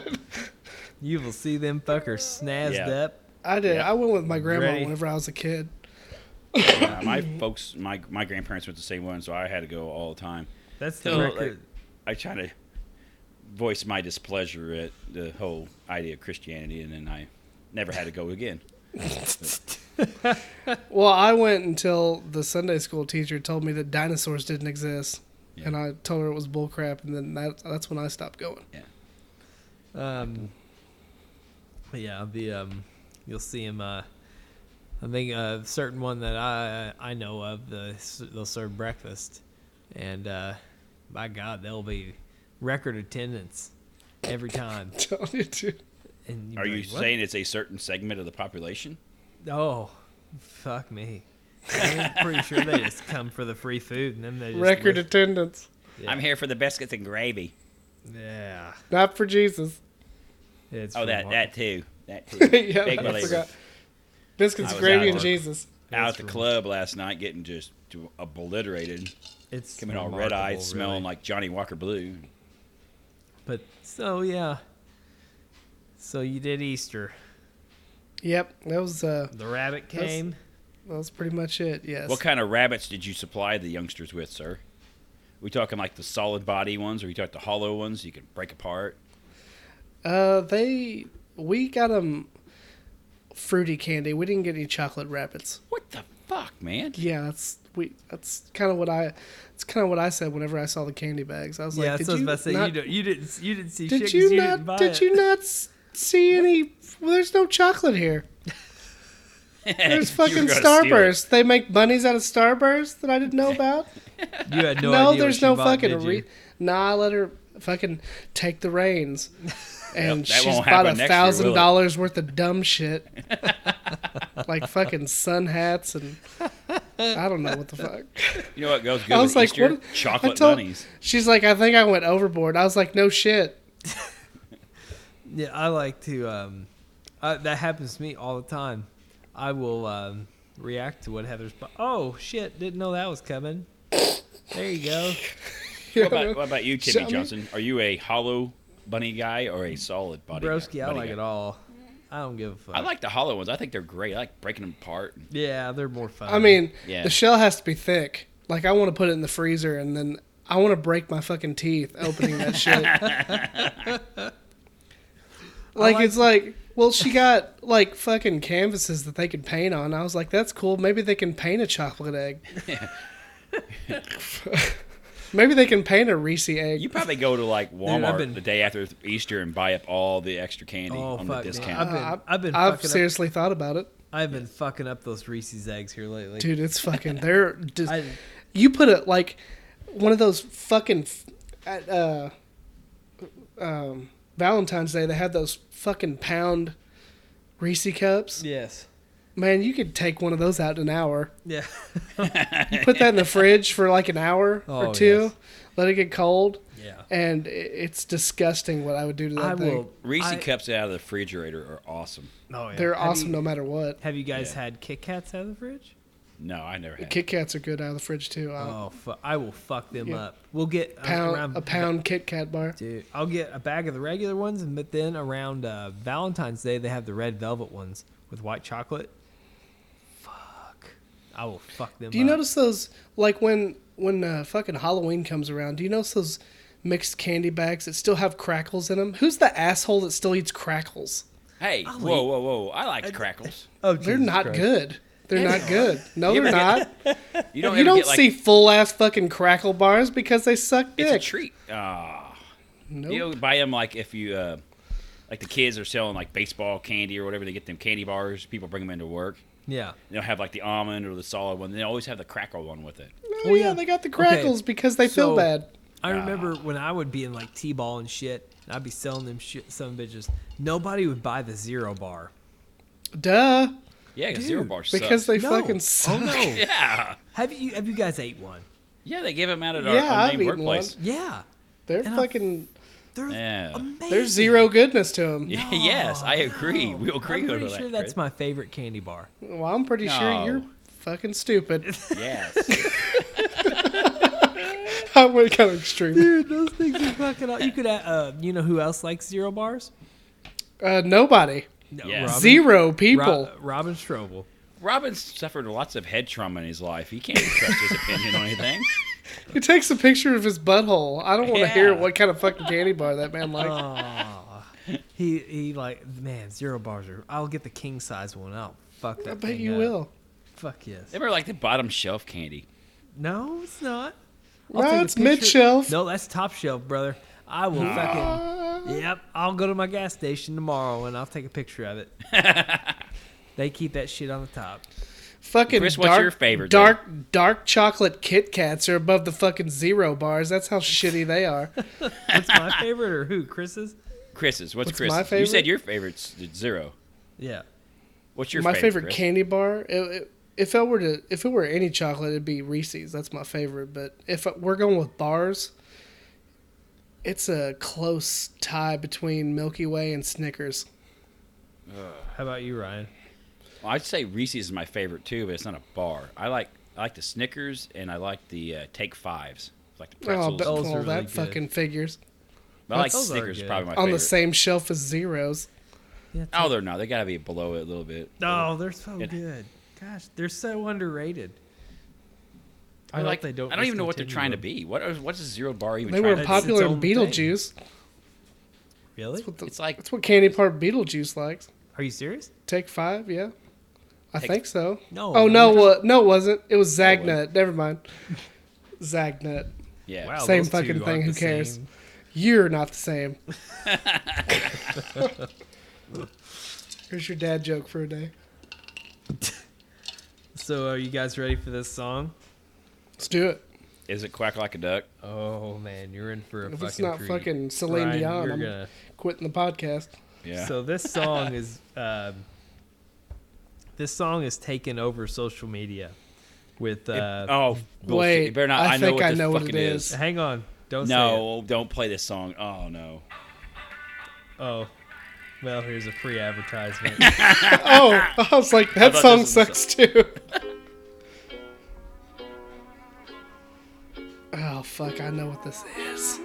[SPEAKER 1] You will see them fuckers snazzed
[SPEAKER 3] Yeah.
[SPEAKER 1] up.
[SPEAKER 2] I did.
[SPEAKER 3] Yeah.
[SPEAKER 2] I went with my grandma
[SPEAKER 1] Ready.
[SPEAKER 2] whenever I was a kid.
[SPEAKER 3] Uh, my folks, my my grandparents went to the same one, so I had to go all the time.
[SPEAKER 1] That's the
[SPEAKER 3] So,
[SPEAKER 1] record.
[SPEAKER 3] I try to voice my displeasure at the whole idea of Christianity, and then I never had to go again.
[SPEAKER 1] [laughs]
[SPEAKER 2] Well, I went until the Sunday school teacher told me that dinosaurs didn't exist,
[SPEAKER 3] Yeah.
[SPEAKER 2] and I told her it was bullcrap, and then that, that's when I stopped going. [laughs]
[SPEAKER 1] Um, yeah, the um, you'll see him. Uh, I think a certain one that I I know of. The, they'll serve breakfast, and uh, by God, they'll be record attendance every time.
[SPEAKER 2] Telling you to.
[SPEAKER 1] And
[SPEAKER 3] Are
[SPEAKER 1] be
[SPEAKER 3] you
[SPEAKER 1] like, "What?"
[SPEAKER 3] saying it's a certain segment of the population?
[SPEAKER 1] Oh, fuck me! I'm pretty sure they just come for the free food, and then they just
[SPEAKER 2] [laughs] Record
[SPEAKER 1] lift-
[SPEAKER 2] attendance.
[SPEAKER 1] Yeah.
[SPEAKER 3] I'm here for the biscuits and gravy.
[SPEAKER 1] Yeah,
[SPEAKER 2] Not for Jesus. [laughs]
[SPEAKER 1] it's
[SPEAKER 3] Oh, that
[SPEAKER 1] remar-
[SPEAKER 3] that too.
[SPEAKER 1] [laughs]
[SPEAKER 3] That too.
[SPEAKER 2] yeah,
[SPEAKER 3] Big
[SPEAKER 2] I
[SPEAKER 3] believer.
[SPEAKER 2] forgot. Biscuits,
[SPEAKER 3] I was
[SPEAKER 2] gravy,
[SPEAKER 3] out
[SPEAKER 2] and
[SPEAKER 3] of work.
[SPEAKER 2] Jesus.
[SPEAKER 3] Out
[SPEAKER 1] That's
[SPEAKER 3] at
[SPEAKER 1] remar-
[SPEAKER 3] the club last night, getting just obliterated.
[SPEAKER 1] It's
[SPEAKER 3] Coming all red eyed,
[SPEAKER 1] remarkable,
[SPEAKER 3] smelling
[SPEAKER 1] really.
[SPEAKER 3] like Johnny Walker Blue.
[SPEAKER 1] But so yeah. So you did Easter.
[SPEAKER 2] Yep, that was uh,
[SPEAKER 1] The rabbit
[SPEAKER 2] That's-
[SPEAKER 1] came.
[SPEAKER 2] that was pretty much it. Yes.
[SPEAKER 3] What kind of rabbits did you supply the youngsters with, sir? We talking like the solid body ones, or you talking the hollow ones you can break apart?
[SPEAKER 2] Uh, they we got them fruity candy. We didn't get any chocolate rabbits.
[SPEAKER 3] What the fuck, man? [laughs]
[SPEAKER 2] Yeah, that's we. That's kind of what I. That's kind of what I said whenever I saw the candy bags. I was
[SPEAKER 1] yeah,
[SPEAKER 2] like, did
[SPEAKER 1] so I was
[SPEAKER 2] you
[SPEAKER 1] about to say
[SPEAKER 2] not,
[SPEAKER 1] you, don't, you didn't you didn't see shit
[SPEAKER 2] did
[SPEAKER 1] 'cause
[SPEAKER 2] you
[SPEAKER 1] didn't buy
[SPEAKER 2] not?
[SPEAKER 1] [laughs]
[SPEAKER 2] Did
[SPEAKER 1] it.
[SPEAKER 2] you not s- see any? Well, there's no chocolate here. There's
[SPEAKER 3] You were
[SPEAKER 2] fucking
[SPEAKER 3] gonna steal it.
[SPEAKER 2] Starburst. They make bunnies out of Starburst that I
[SPEAKER 1] [laughs]
[SPEAKER 2] didn't know about.
[SPEAKER 1] You had no,
[SPEAKER 2] no,
[SPEAKER 1] idea.
[SPEAKER 2] there's
[SPEAKER 1] what
[SPEAKER 2] no
[SPEAKER 1] you bought,
[SPEAKER 2] fucking.
[SPEAKER 1] did you?
[SPEAKER 2] Re- nah, I let her fucking take the reins, and
[SPEAKER 3] [laughs] Yep, that
[SPEAKER 2] she's
[SPEAKER 3] won't
[SPEAKER 2] bought
[SPEAKER 3] happen
[SPEAKER 2] a
[SPEAKER 3] next year,
[SPEAKER 2] thousand
[SPEAKER 3] will it?
[SPEAKER 2] dollars worth of dumb
[SPEAKER 3] [laughs]
[SPEAKER 2] shit, like fucking sun hats and I don't know what the fuck.
[SPEAKER 3] You know what goes good
[SPEAKER 2] I was
[SPEAKER 3] with
[SPEAKER 2] like,
[SPEAKER 3] Easter?
[SPEAKER 2] what? I
[SPEAKER 3] Chocolate
[SPEAKER 2] told-
[SPEAKER 3] bunnies.
[SPEAKER 2] She's like, I think I went overboard. I was like, no shit. [laughs]
[SPEAKER 1] Yeah, I like to. Um, uh, that happens to me all the time. I will um, react to what Heather's. bu- Oh shit! Didn't know that was [coughs] coming. There you go.
[SPEAKER 3] What about, what about you,
[SPEAKER 2] Show
[SPEAKER 3] Timmy
[SPEAKER 2] me.
[SPEAKER 3] Johnson? Are you a hollow bunny guy or a solid body?
[SPEAKER 1] Broski,
[SPEAKER 3] guy,
[SPEAKER 1] I
[SPEAKER 3] bunny
[SPEAKER 1] like
[SPEAKER 3] guy?
[SPEAKER 1] it all. I don't give a fuck.
[SPEAKER 3] I like the hollow ones. I think they're great. I like breaking them apart.
[SPEAKER 1] Yeah, they're more fun.
[SPEAKER 2] I mean,
[SPEAKER 3] Yeah.
[SPEAKER 2] the shell has to be thick. Like I want to put it in the freezer and then I want to break my fucking teeth opening that shit. like
[SPEAKER 1] like-
[SPEAKER 2] it's like, well, she got like fucking canvases that they could paint on. I was like, that's cool. Maybe they can paint a chocolate egg. Maybe they can paint a Reese egg.
[SPEAKER 3] You probably go
[SPEAKER 1] [laughs]
[SPEAKER 3] to like
[SPEAKER 1] I've
[SPEAKER 3] Walmart
[SPEAKER 1] been-
[SPEAKER 3] the day after Easter and buy up all the extra candy
[SPEAKER 1] Oh, fuck,
[SPEAKER 3] on the
[SPEAKER 1] man.
[SPEAKER 3] discount.
[SPEAKER 1] I've been-
[SPEAKER 2] Uh,
[SPEAKER 1] I've been
[SPEAKER 2] I've
[SPEAKER 1] fucking up-
[SPEAKER 2] seriously thought about it,
[SPEAKER 1] I've been fucking up those Reese's eggs here lately.
[SPEAKER 2] dude. It's fucking.
[SPEAKER 1] [laughs]
[SPEAKER 2] They're just.
[SPEAKER 1] I,
[SPEAKER 2] You put it like one of those fucking f- at, uh, um, Valentine's Day, they had those fucking pound Reese cups.
[SPEAKER 1] Yes.
[SPEAKER 2] Man, you could take one of those out in an hour.
[SPEAKER 1] Yeah.
[SPEAKER 2] You put that
[SPEAKER 1] [laughs]
[SPEAKER 2] in the fridge for like an hour
[SPEAKER 1] Oh,
[SPEAKER 2] or two,
[SPEAKER 1] yes.
[SPEAKER 2] let it get cold,
[SPEAKER 1] [laughs] Yeah.
[SPEAKER 2] and i- it's disgusting what I would do to that
[SPEAKER 1] I
[SPEAKER 2] thing.
[SPEAKER 1] will.
[SPEAKER 3] Reese
[SPEAKER 1] I-
[SPEAKER 3] cups out of the refrigerator are awesome.
[SPEAKER 1] Oh, yeah.
[SPEAKER 2] They're
[SPEAKER 1] Have
[SPEAKER 2] awesome
[SPEAKER 1] You,
[SPEAKER 2] no matter what.
[SPEAKER 1] have you guys
[SPEAKER 3] Yeah.
[SPEAKER 1] had Kit Kats out of the fridge?
[SPEAKER 3] No, I never had.
[SPEAKER 2] Kit Kats are good out of the fridge too. I'll-
[SPEAKER 1] Oh, fu- I will fuck them
[SPEAKER 2] Uh, Yeah.
[SPEAKER 1] up. We'll get uh,
[SPEAKER 2] pound
[SPEAKER 1] around
[SPEAKER 2] a pound Kit Kat bar.
[SPEAKER 1] Dude, I'll get a bag of the regular ones, but then around uh, Valentine's Day they have the red velvet ones with white chocolate. Fuck, I will fuck them.
[SPEAKER 2] Do you
[SPEAKER 1] up.
[SPEAKER 2] notice those like when when uh, fucking Halloween comes around? Do you notice those mixed candy bags that still have crackles in them? Who's the asshole that still eats crackles?
[SPEAKER 3] Hey,
[SPEAKER 1] I'll
[SPEAKER 3] whoa,
[SPEAKER 1] eat-
[SPEAKER 3] whoa, whoa! I like crackles.
[SPEAKER 1] Oh,
[SPEAKER 2] They're
[SPEAKER 1] Jesus
[SPEAKER 2] not
[SPEAKER 1] Christ.
[SPEAKER 2] good. They're not good.
[SPEAKER 3] [laughs]
[SPEAKER 2] No, they're not.
[SPEAKER 3] You don't.
[SPEAKER 2] You
[SPEAKER 3] ever
[SPEAKER 2] don't
[SPEAKER 3] get, like,
[SPEAKER 2] see full ass fucking crackle bars because they suck
[SPEAKER 3] It's a
[SPEAKER 2] dick.
[SPEAKER 3] treat. Ah,
[SPEAKER 2] Nope. Oh,
[SPEAKER 3] you know, buy them like if you, uh, like the kids are selling like baseball candy or whatever. They get them candy bars. People bring them into work.
[SPEAKER 1] Yeah,
[SPEAKER 3] They'll have like the almond or the solid one. They always have the crackle one with it.
[SPEAKER 2] Oh,
[SPEAKER 1] Well,
[SPEAKER 2] yeah,
[SPEAKER 1] yeah.
[SPEAKER 2] they got the crackles because they
[SPEAKER 1] So-
[SPEAKER 2] feel bad.
[SPEAKER 1] I remember when I would be in like t-ball and shit. And I'd be selling them shit, some bitches. Nobody would buy the zero bar
[SPEAKER 2] Duh.
[SPEAKER 3] Yeah, 'cause
[SPEAKER 1] Dude,
[SPEAKER 3] zero bar sucks.
[SPEAKER 2] Because they
[SPEAKER 1] No.
[SPEAKER 2] fucking suck.
[SPEAKER 1] Oh no,
[SPEAKER 3] [laughs] yeah,
[SPEAKER 1] have you have you guys ate one?
[SPEAKER 3] yeah, they give them out at our
[SPEAKER 2] Yeah, I've
[SPEAKER 3] unnamed
[SPEAKER 2] eaten
[SPEAKER 3] workplace.
[SPEAKER 1] Yeah,
[SPEAKER 2] They're
[SPEAKER 1] And I-
[SPEAKER 2] fucking.
[SPEAKER 1] they're
[SPEAKER 3] Yeah.
[SPEAKER 1] amazing.
[SPEAKER 2] There's zero goodness to them.
[SPEAKER 3] Yeah, [laughs] [laughs] yes, I agree.
[SPEAKER 1] No.
[SPEAKER 3] We agree
[SPEAKER 1] I'm
[SPEAKER 3] over
[SPEAKER 1] pretty
[SPEAKER 3] that.
[SPEAKER 1] sure that's
[SPEAKER 3] Chris.
[SPEAKER 1] my favorite candy bar.
[SPEAKER 2] Well, I'm pretty
[SPEAKER 3] No.
[SPEAKER 2] sure you're fucking stupid. [laughs]
[SPEAKER 3] yes.
[SPEAKER 2] I went kind of extreme.
[SPEAKER 1] Dude, those things are fucking. aw- You could, add, uh, you know, who else likes zero bars?
[SPEAKER 2] Uh, nobody.
[SPEAKER 1] No,
[SPEAKER 3] Yeah.
[SPEAKER 2] Zero
[SPEAKER 1] Ro-
[SPEAKER 2] people.
[SPEAKER 1] Robin Strobel.
[SPEAKER 3] Robin suffered lots of head trauma in his life. He can't trust his opinion on anything.
[SPEAKER 2] He takes a picture of his butthole. I don't want to hear
[SPEAKER 3] Yeah. Oh,
[SPEAKER 2] what kind of fucking candy bar that man likes.
[SPEAKER 1] He he, like man, zero bars are. I'll get the king size one. I'll fuck that.
[SPEAKER 2] I bet
[SPEAKER 1] thing
[SPEAKER 2] you
[SPEAKER 1] up.
[SPEAKER 2] will.
[SPEAKER 1] Fuck yes.
[SPEAKER 3] They were like the bottom shelf candy.
[SPEAKER 1] No, it's not.
[SPEAKER 2] No,
[SPEAKER 1] take a
[SPEAKER 2] it's
[SPEAKER 1] picture-
[SPEAKER 2] mid-shelf.
[SPEAKER 1] No, that's top shelf, brother. I will fucking. Yep, I'll go to my gas station tomorrow and I'll take a picture of it.
[SPEAKER 3] [laughs]
[SPEAKER 1] they keep that shit on the top.
[SPEAKER 2] Fucking
[SPEAKER 3] Chris,
[SPEAKER 2] dark,
[SPEAKER 3] what's your favorite, dude?
[SPEAKER 2] Dark, dark chocolate Kit Kats are above the fucking zero bars. That's how shitty they are.
[SPEAKER 1] What's my favorite or who? Chris's?
[SPEAKER 3] Chris's. What's,
[SPEAKER 2] What's
[SPEAKER 3] Chris's?
[SPEAKER 2] my
[SPEAKER 3] You
[SPEAKER 2] favorite?
[SPEAKER 3] said your favorite's zero.
[SPEAKER 1] Yeah.
[SPEAKER 3] What's [laughs] your
[SPEAKER 2] my
[SPEAKER 3] favorite?
[SPEAKER 2] favorite
[SPEAKER 3] Chris?
[SPEAKER 2] candy bar. It, it, if it were to, if it were any chocolate, it'd be Reese's. That's my favorite. But if we're going with bars, it's a close tie between Milky Way and Snickers.
[SPEAKER 1] How about you, Ryan?
[SPEAKER 3] Well, I'd say Reese's is my favorite too, but it's not a bar. I like I like the Snickers and I like the uh, Take Fives, like the
[SPEAKER 2] Oh,
[SPEAKER 3] pretzels.
[SPEAKER 2] but,
[SPEAKER 1] Those are
[SPEAKER 2] well,
[SPEAKER 1] really
[SPEAKER 2] that
[SPEAKER 1] good.
[SPEAKER 2] fucking figures.
[SPEAKER 3] But I like
[SPEAKER 1] those are
[SPEAKER 3] Snickers is
[SPEAKER 1] good.
[SPEAKER 3] probably my
[SPEAKER 2] On
[SPEAKER 3] favorite.
[SPEAKER 2] the same shelf as zeros.
[SPEAKER 1] Yeah,
[SPEAKER 3] Oh, they're not. They gotta be below it a little bit.
[SPEAKER 1] No, Oh, they're so
[SPEAKER 3] Yeah.
[SPEAKER 1] good. Gosh, they're so underrated.
[SPEAKER 3] I
[SPEAKER 1] hope
[SPEAKER 3] like. They don't I don't even know what they're
[SPEAKER 1] discontinue
[SPEAKER 3] trying to
[SPEAKER 1] them.
[SPEAKER 3] be. What are, what's a zero bar even?
[SPEAKER 2] They
[SPEAKER 3] trying
[SPEAKER 2] were
[SPEAKER 3] to be?
[SPEAKER 1] pop-
[SPEAKER 2] popular
[SPEAKER 1] its
[SPEAKER 2] in
[SPEAKER 1] own thing.
[SPEAKER 2] Beetlejuice.
[SPEAKER 1] Really?
[SPEAKER 2] What the-
[SPEAKER 3] It's like-
[SPEAKER 2] that's what candy part Beetlejuice likes.
[SPEAKER 1] Are you serious?
[SPEAKER 2] Take five, yeah. I
[SPEAKER 3] Take-
[SPEAKER 2] think so.
[SPEAKER 1] No, no,
[SPEAKER 2] Oh no,
[SPEAKER 1] you're-
[SPEAKER 2] wa- no, it wasn't. It was
[SPEAKER 3] wasn't.
[SPEAKER 2] Zagnut. Never mind. Zagnut.
[SPEAKER 3] Yeah.
[SPEAKER 1] Wow,
[SPEAKER 2] Same
[SPEAKER 1] those two
[SPEAKER 2] fucking
[SPEAKER 1] aren't
[SPEAKER 2] thing, who
[SPEAKER 1] the
[SPEAKER 2] cares?
[SPEAKER 1] same.
[SPEAKER 2] You're not the same. Here's your dad joke for a day.
[SPEAKER 1] So, are you guys ready for this song?
[SPEAKER 2] Let's do it.
[SPEAKER 3] Is it quack like a duck?
[SPEAKER 1] Oh man, you're in for a
[SPEAKER 2] If
[SPEAKER 1] fucking
[SPEAKER 2] it's not
[SPEAKER 1] treat.
[SPEAKER 2] fucking Celine
[SPEAKER 1] Ryan,
[SPEAKER 2] Dion,
[SPEAKER 1] you're
[SPEAKER 2] I'm
[SPEAKER 1] gonna-
[SPEAKER 2] quitting the podcast.
[SPEAKER 3] Yeah.
[SPEAKER 1] So this song is um, this song is taken over social media with.
[SPEAKER 3] It-
[SPEAKER 1] Uh,
[SPEAKER 3] oh, bullshit.
[SPEAKER 2] Wait,
[SPEAKER 3] You better not.
[SPEAKER 2] I
[SPEAKER 3] I, know
[SPEAKER 2] think
[SPEAKER 3] what
[SPEAKER 2] I
[SPEAKER 3] this
[SPEAKER 2] know what
[SPEAKER 3] fucking
[SPEAKER 2] it
[SPEAKER 3] is.
[SPEAKER 2] is.
[SPEAKER 1] Hang on, don't say
[SPEAKER 3] No, don't play this song. Oh no.
[SPEAKER 1] it. Oh, well, here's a free advertisement.
[SPEAKER 2] Oh,
[SPEAKER 1] [laughs]
[SPEAKER 2] I was like, that
[SPEAKER 3] thought
[SPEAKER 2] song
[SPEAKER 3] this was a
[SPEAKER 2] sucks too. [laughs] oh fuck, I know what this is.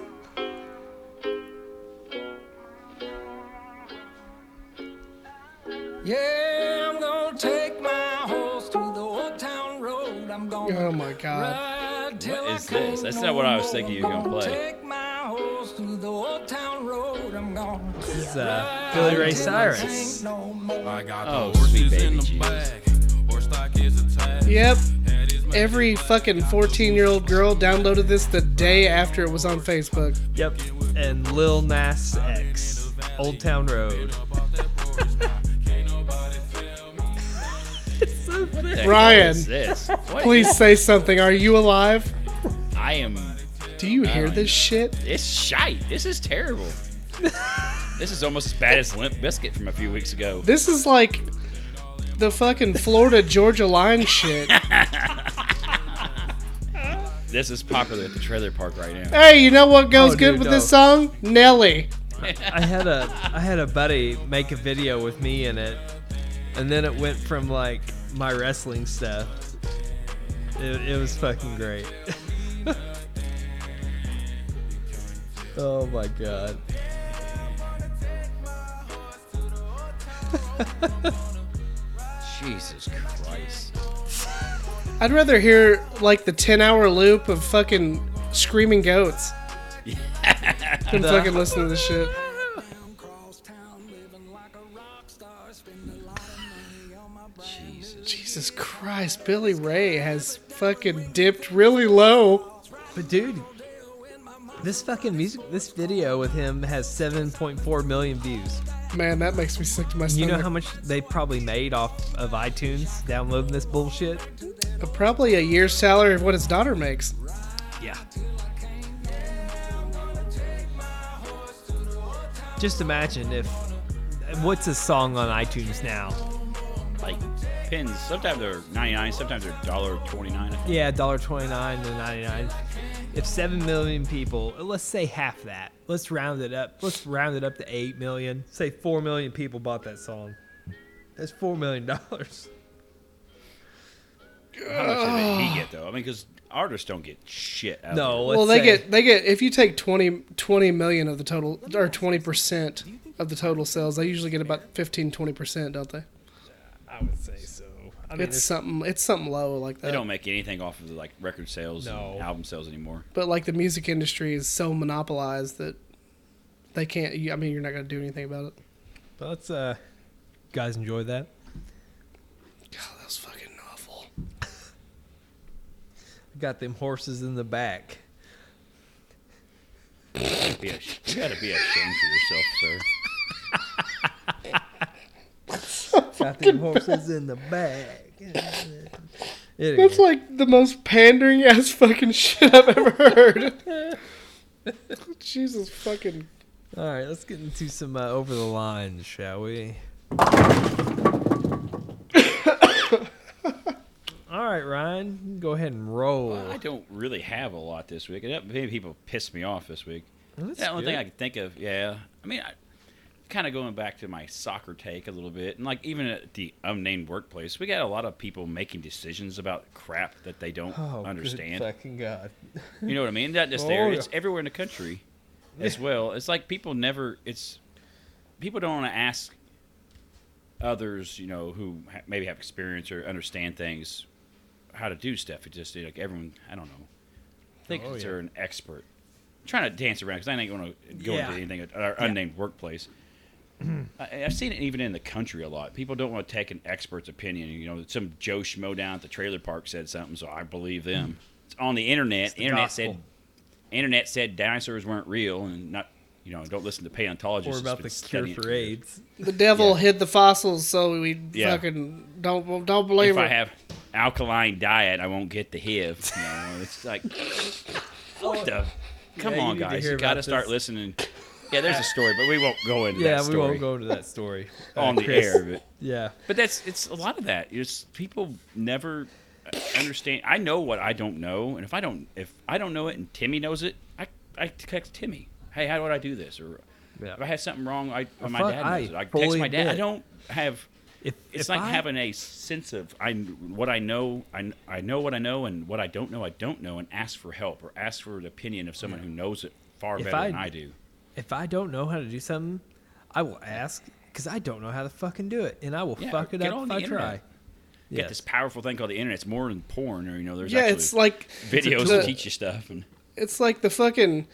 [SPEAKER 4] Yeah, I'm gonna take my horse to the old town road. I'm gonna
[SPEAKER 2] Oh my god.
[SPEAKER 4] ride till
[SPEAKER 3] What
[SPEAKER 4] I
[SPEAKER 3] is this?
[SPEAKER 4] can't
[SPEAKER 3] That's
[SPEAKER 4] no
[SPEAKER 3] not what I was
[SPEAKER 4] more.
[SPEAKER 3] thinking you were gonna
[SPEAKER 4] I'm
[SPEAKER 3] play.
[SPEAKER 4] Take my horse to the old town road. I'm gonna
[SPEAKER 1] It's uh, Billy Ray Cyrus.
[SPEAKER 4] no more.
[SPEAKER 5] I got
[SPEAKER 3] Oh,
[SPEAKER 5] the
[SPEAKER 3] sweet
[SPEAKER 5] horses
[SPEAKER 3] baby
[SPEAKER 5] in the
[SPEAKER 3] Jesus.
[SPEAKER 5] bag. Horse stock is attached.
[SPEAKER 2] Yep.
[SPEAKER 5] Head is made
[SPEAKER 2] Every fucking 14 year old girl downloaded this the day after it was on Facebook.
[SPEAKER 1] Yep, and Lil Nas X, Old Town Road.
[SPEAKER 5] off that porch now. Can't nobody tell me.
[SPEAKER 3] What the hell
[SPEAKER 2] Ryan, [laughs]
[SPEAKER 3] is this? What
[SPEAKER 1] [laughs]
[SPEAKER 2] Please
[SPEAKER 3] is-
[SPEAKER 2] say something. Are you alive?
[SPEAKER 3] I am.
[SPEAKER 2] Do you hear
[SPEAKER 3] don't
[SPEAKER 2] this shit?
[SPEAKER 3] It's shite. This is terrible. This is almost as bad as Limp Biscuit from a few weeks ago.
[SPEAKER 2] This is like the fucking Florida Georgia line shit.
[SPEAKER 3] This is popular at the trailer park right now.
[SPEAKER 2] Hey, you know what goes
[SPEAKER 1] Oh,
[SPEAKER 2] good
[SPEAKER 1] dude,
[SPEAKER 2] with this song? Nelly.
[SPEAKER 1] I had a I had a buddy make a video with me in it, and then it went from like my wrestling stuff. It, it was fucking great. [laughs] oh my god.
[SPEAKER 3] Jesus Christ.
[SPEAKER 2] I'd rather hear like the 10 hour loop of fucking screaming goats than fucking listen to this shit.
[SPEAKER 4] Down cross town, living like a rock star. Spend a lot of money on my brand
[SPEAKER 2] Jesus Christ, Billy Ray has fucking dipped really low.
[SPEAKER 1] But dude, this fucking music, this video with him has 7.4 million views.
[SPEAKER 2] Man, that makes me sick to my
[SPEAKER 1] You
[SPEAKER 2] stomach.
[SPEAKER 1] know how much they probably made off of iTunes downloading this bullshit?
[SPEAKER 2] Uh, Probably a year's salary of what his daughter makes.
[SPEAKER 1] Yeah. Just imagine if what's a song on iTunes now?
[SPEAKER 3] Like pins. Sometimes they're 99, sometimes they're $1.29. I think.
[SPEAKER 1] Yeah, dollar twenty nine to ninety nine. If seven million people, let's say half that. Let's round it up. Let's round it up to eight million. Say four million people bought that song. That's four million dollars.
[SPEAKER 3] How much did he get, though? I mean, because artists don't get shit out
[SPEAKER 1] No,
[SPEAKER 3] of
[SPEAKER 1] let's
[SPEAKER 2] well, they
[SPEAKER 1] say-
[SPEAKER 2] get they get if you take 20, 20 million of the total or twenty percent of the total sales, they usually get about 15 20 percent, don't they?
[SPEAKER 1] I would say so. I mean,
[SPEAKER 2] It's something it's something low like
[SPEAKER 3] They
[SPEAKER 2] that.
[SPEAKER 3] don't make anything off of the, like record sales
[SPEAKER 1] No.
[SPEAKER 3] and album sales anymore.
[SPEAKER 2] But like the music industry is so monopolized that they can't. you- I mean, you're not gonna do anything
[SPEAKER 3] [sighs]
[SPEAKER 2] about it.
[SPEAKER 1] But let's uh, guys enjoy that.
[SPEAKER 2] God, that was fucking awful.
[SPEAKER 1] Got them horses in the back.
[SPEAKER 3] Be a- you gotta be ashamed of yourself, sir.
[SPEAKER 1] Got them horses in the back. Anyway,
[SPEAKER 2] That's like the most pandering ass fucking [laughs] shit I've ever heard.
[SPEAKER 3] [laughs]
[SPEAKER 2] Jesus fucking.
[SPEAKER 1] all right, let's get into some uh, over the line, shall we? all right, Ryan, go ahead and roll.
[SPEAKER 3] I don't really have a lot this week. And that- Many people pissed me off this week.
[SPEAKER 1] That's
[SPEAKER 3] the only thing
[SPEAKER 1] good.
[SPEAKER 3] I could think of, yeah. I mean, I, kind of going back to my soccer take a little bit, and like even at the unnamed workplace, we got a lot of people making decisions about crap that they don't
[SPEAKER 1] Oh, good
[SPEAKER 3] understand.
[SPEAKER 1] fucking god!
[SPEAKER 3] You know what I mean? Not just
[SPEAKER 1] Oh,
[SPEAKER 3] there;
[SPEAKER 1] yeah.
[SPEAKER 3] it's everywhere in the country as well. It's like people never. It's people don't want to ask others, you know, who ha- maybe have experience or understand things, how to do stuff. It just like everyone. I don't know. Think
[SPEAKER 1] Oh, yeah.
[SPEAKER 3] they're an expert. I'm trying to dance around because I ain't going to go
[SPEAKER 1] Yeah.
[SPEAKER 3] into anything at our unnamed workplace. I, I've seen it even in the country a lot. People don't want to take an expert's opinion. You know, some Joe Schmo down at the trailer park said something, so I believe them. It's on the internet.
[SPEAKER 1] Hmm. the
[SPEAKER 3] internet said,
[SPEAKER 1] gospel.
[SPEAKER 3] internet said dinosaurs weren't real, and not you know, don't listen to paleontologists.
[SPEAKER 1] Or
[SPEAKER 3] that's
[SPEAKER 1] about
[SPEAKER 3] been
[SPEAKER 1] the cure
[SPEAKER 3] studying it
[SPEAKER 1] for
[SPEAKER 3] for years.
[SPEAKER 1] AIDS.
[SPEAKER 2] The devil hid the fossils, so we
[SPEAKER 3] Yeah.
[SPEAKER 2] fucking don't don't believe
[SPEAKER 3] If I
[SPEAKER 2] it.
[SPEAKER 3] have alkaline diet, I won't get the HIV. You know, it's like, [laughs] what the? Come
[SPEAKER 1] you
[SPEAKER 3] on,
[SPEAKER 1] need to
[SPEAKER 3] guys,
[SPEAKER 1] hear
[SPEAKER 3] you got to
[SPEAKER 1] about
[SPEAKER 3] start
[SPEAKER 1] this.
[SPEAKER 3] listening. Yeah, there's a story, but we won't go into
[SPEAKER 1] Yeah,
[SPEAKER 3] that
[SPEAKER 1] we
[SPEAKER 3] story
[SPEAKER 1] won't go into that
[SPEAKER 3] [laughs]
[SPEAKER 1] story Uh,
[SPEAKER 3] on the
[SPEAKER 1] Chris,
[SPEAKER 3] air. But
[SPEAKER 1] Yeah,
[SPEAKER 3] But that's it's a lot of that. It's people never understand. I know what I don't know, and if I don't if I don't know it, and Timmy knows it, I I text Timmy. Hey, how do I do this? Or
[SPEAKER 1] Yeah.
[SPEAKER 3] if I have something wrong, I or my
[SPEAKER 1] fuck,
[SPEAKER 3] dad
[SPEAKER 1] I
[SPEAKER 3] knows it. I text
[SPEAKER 1] fully
[SPEAKER 3] my dad. I
[SPEAKER 1] admit-
[SPEAKER 3] don't have.
[SPEAKER 1] if
[SPEAKER 3] It's
[SPEAKER 1] if
[SPEAKER 3] like
[SPEAKER 1] I-
[SPEAKER 3] having a sense of I kn- what I know. I, kn- I know what I know, and what I don't know, I don't know, and ask for help or ask for an opinion of someone who knows it far
[SPEAKER 1] If
[SPEAKER 3] better
[SPEAKER 1] I-
[SPEAKER 3] than I do.
[SPEAKER 1] if I don't know how to do something, I will ask because I don't know how to fucking do it, and I will
[SPEAKER 3] Yeah,
[SPEAKER 1] fuck it
[SPEAKER 3] get
[SPEAKER 1] up
[SPEAKER 3] on
[SPEAKER 1] if
[SPEAKER 3] the
[SPEAKER 1] I
[SPEAKER 3] internet.
[SPEAKER 1] try.
[SPEAKER 3] Get this powerful thing called the internet. It's more than porn, or you know, there's
[SPEAKER 2] yeah,
[SPEAKER 3] actually
[SPEAKER 2] it's like
[SPEAKER 3] videos
[SPEAKER 2] the-
[SPEAKER 3] that teach you stuff. And
[SPEAKER 2] It's like the fucking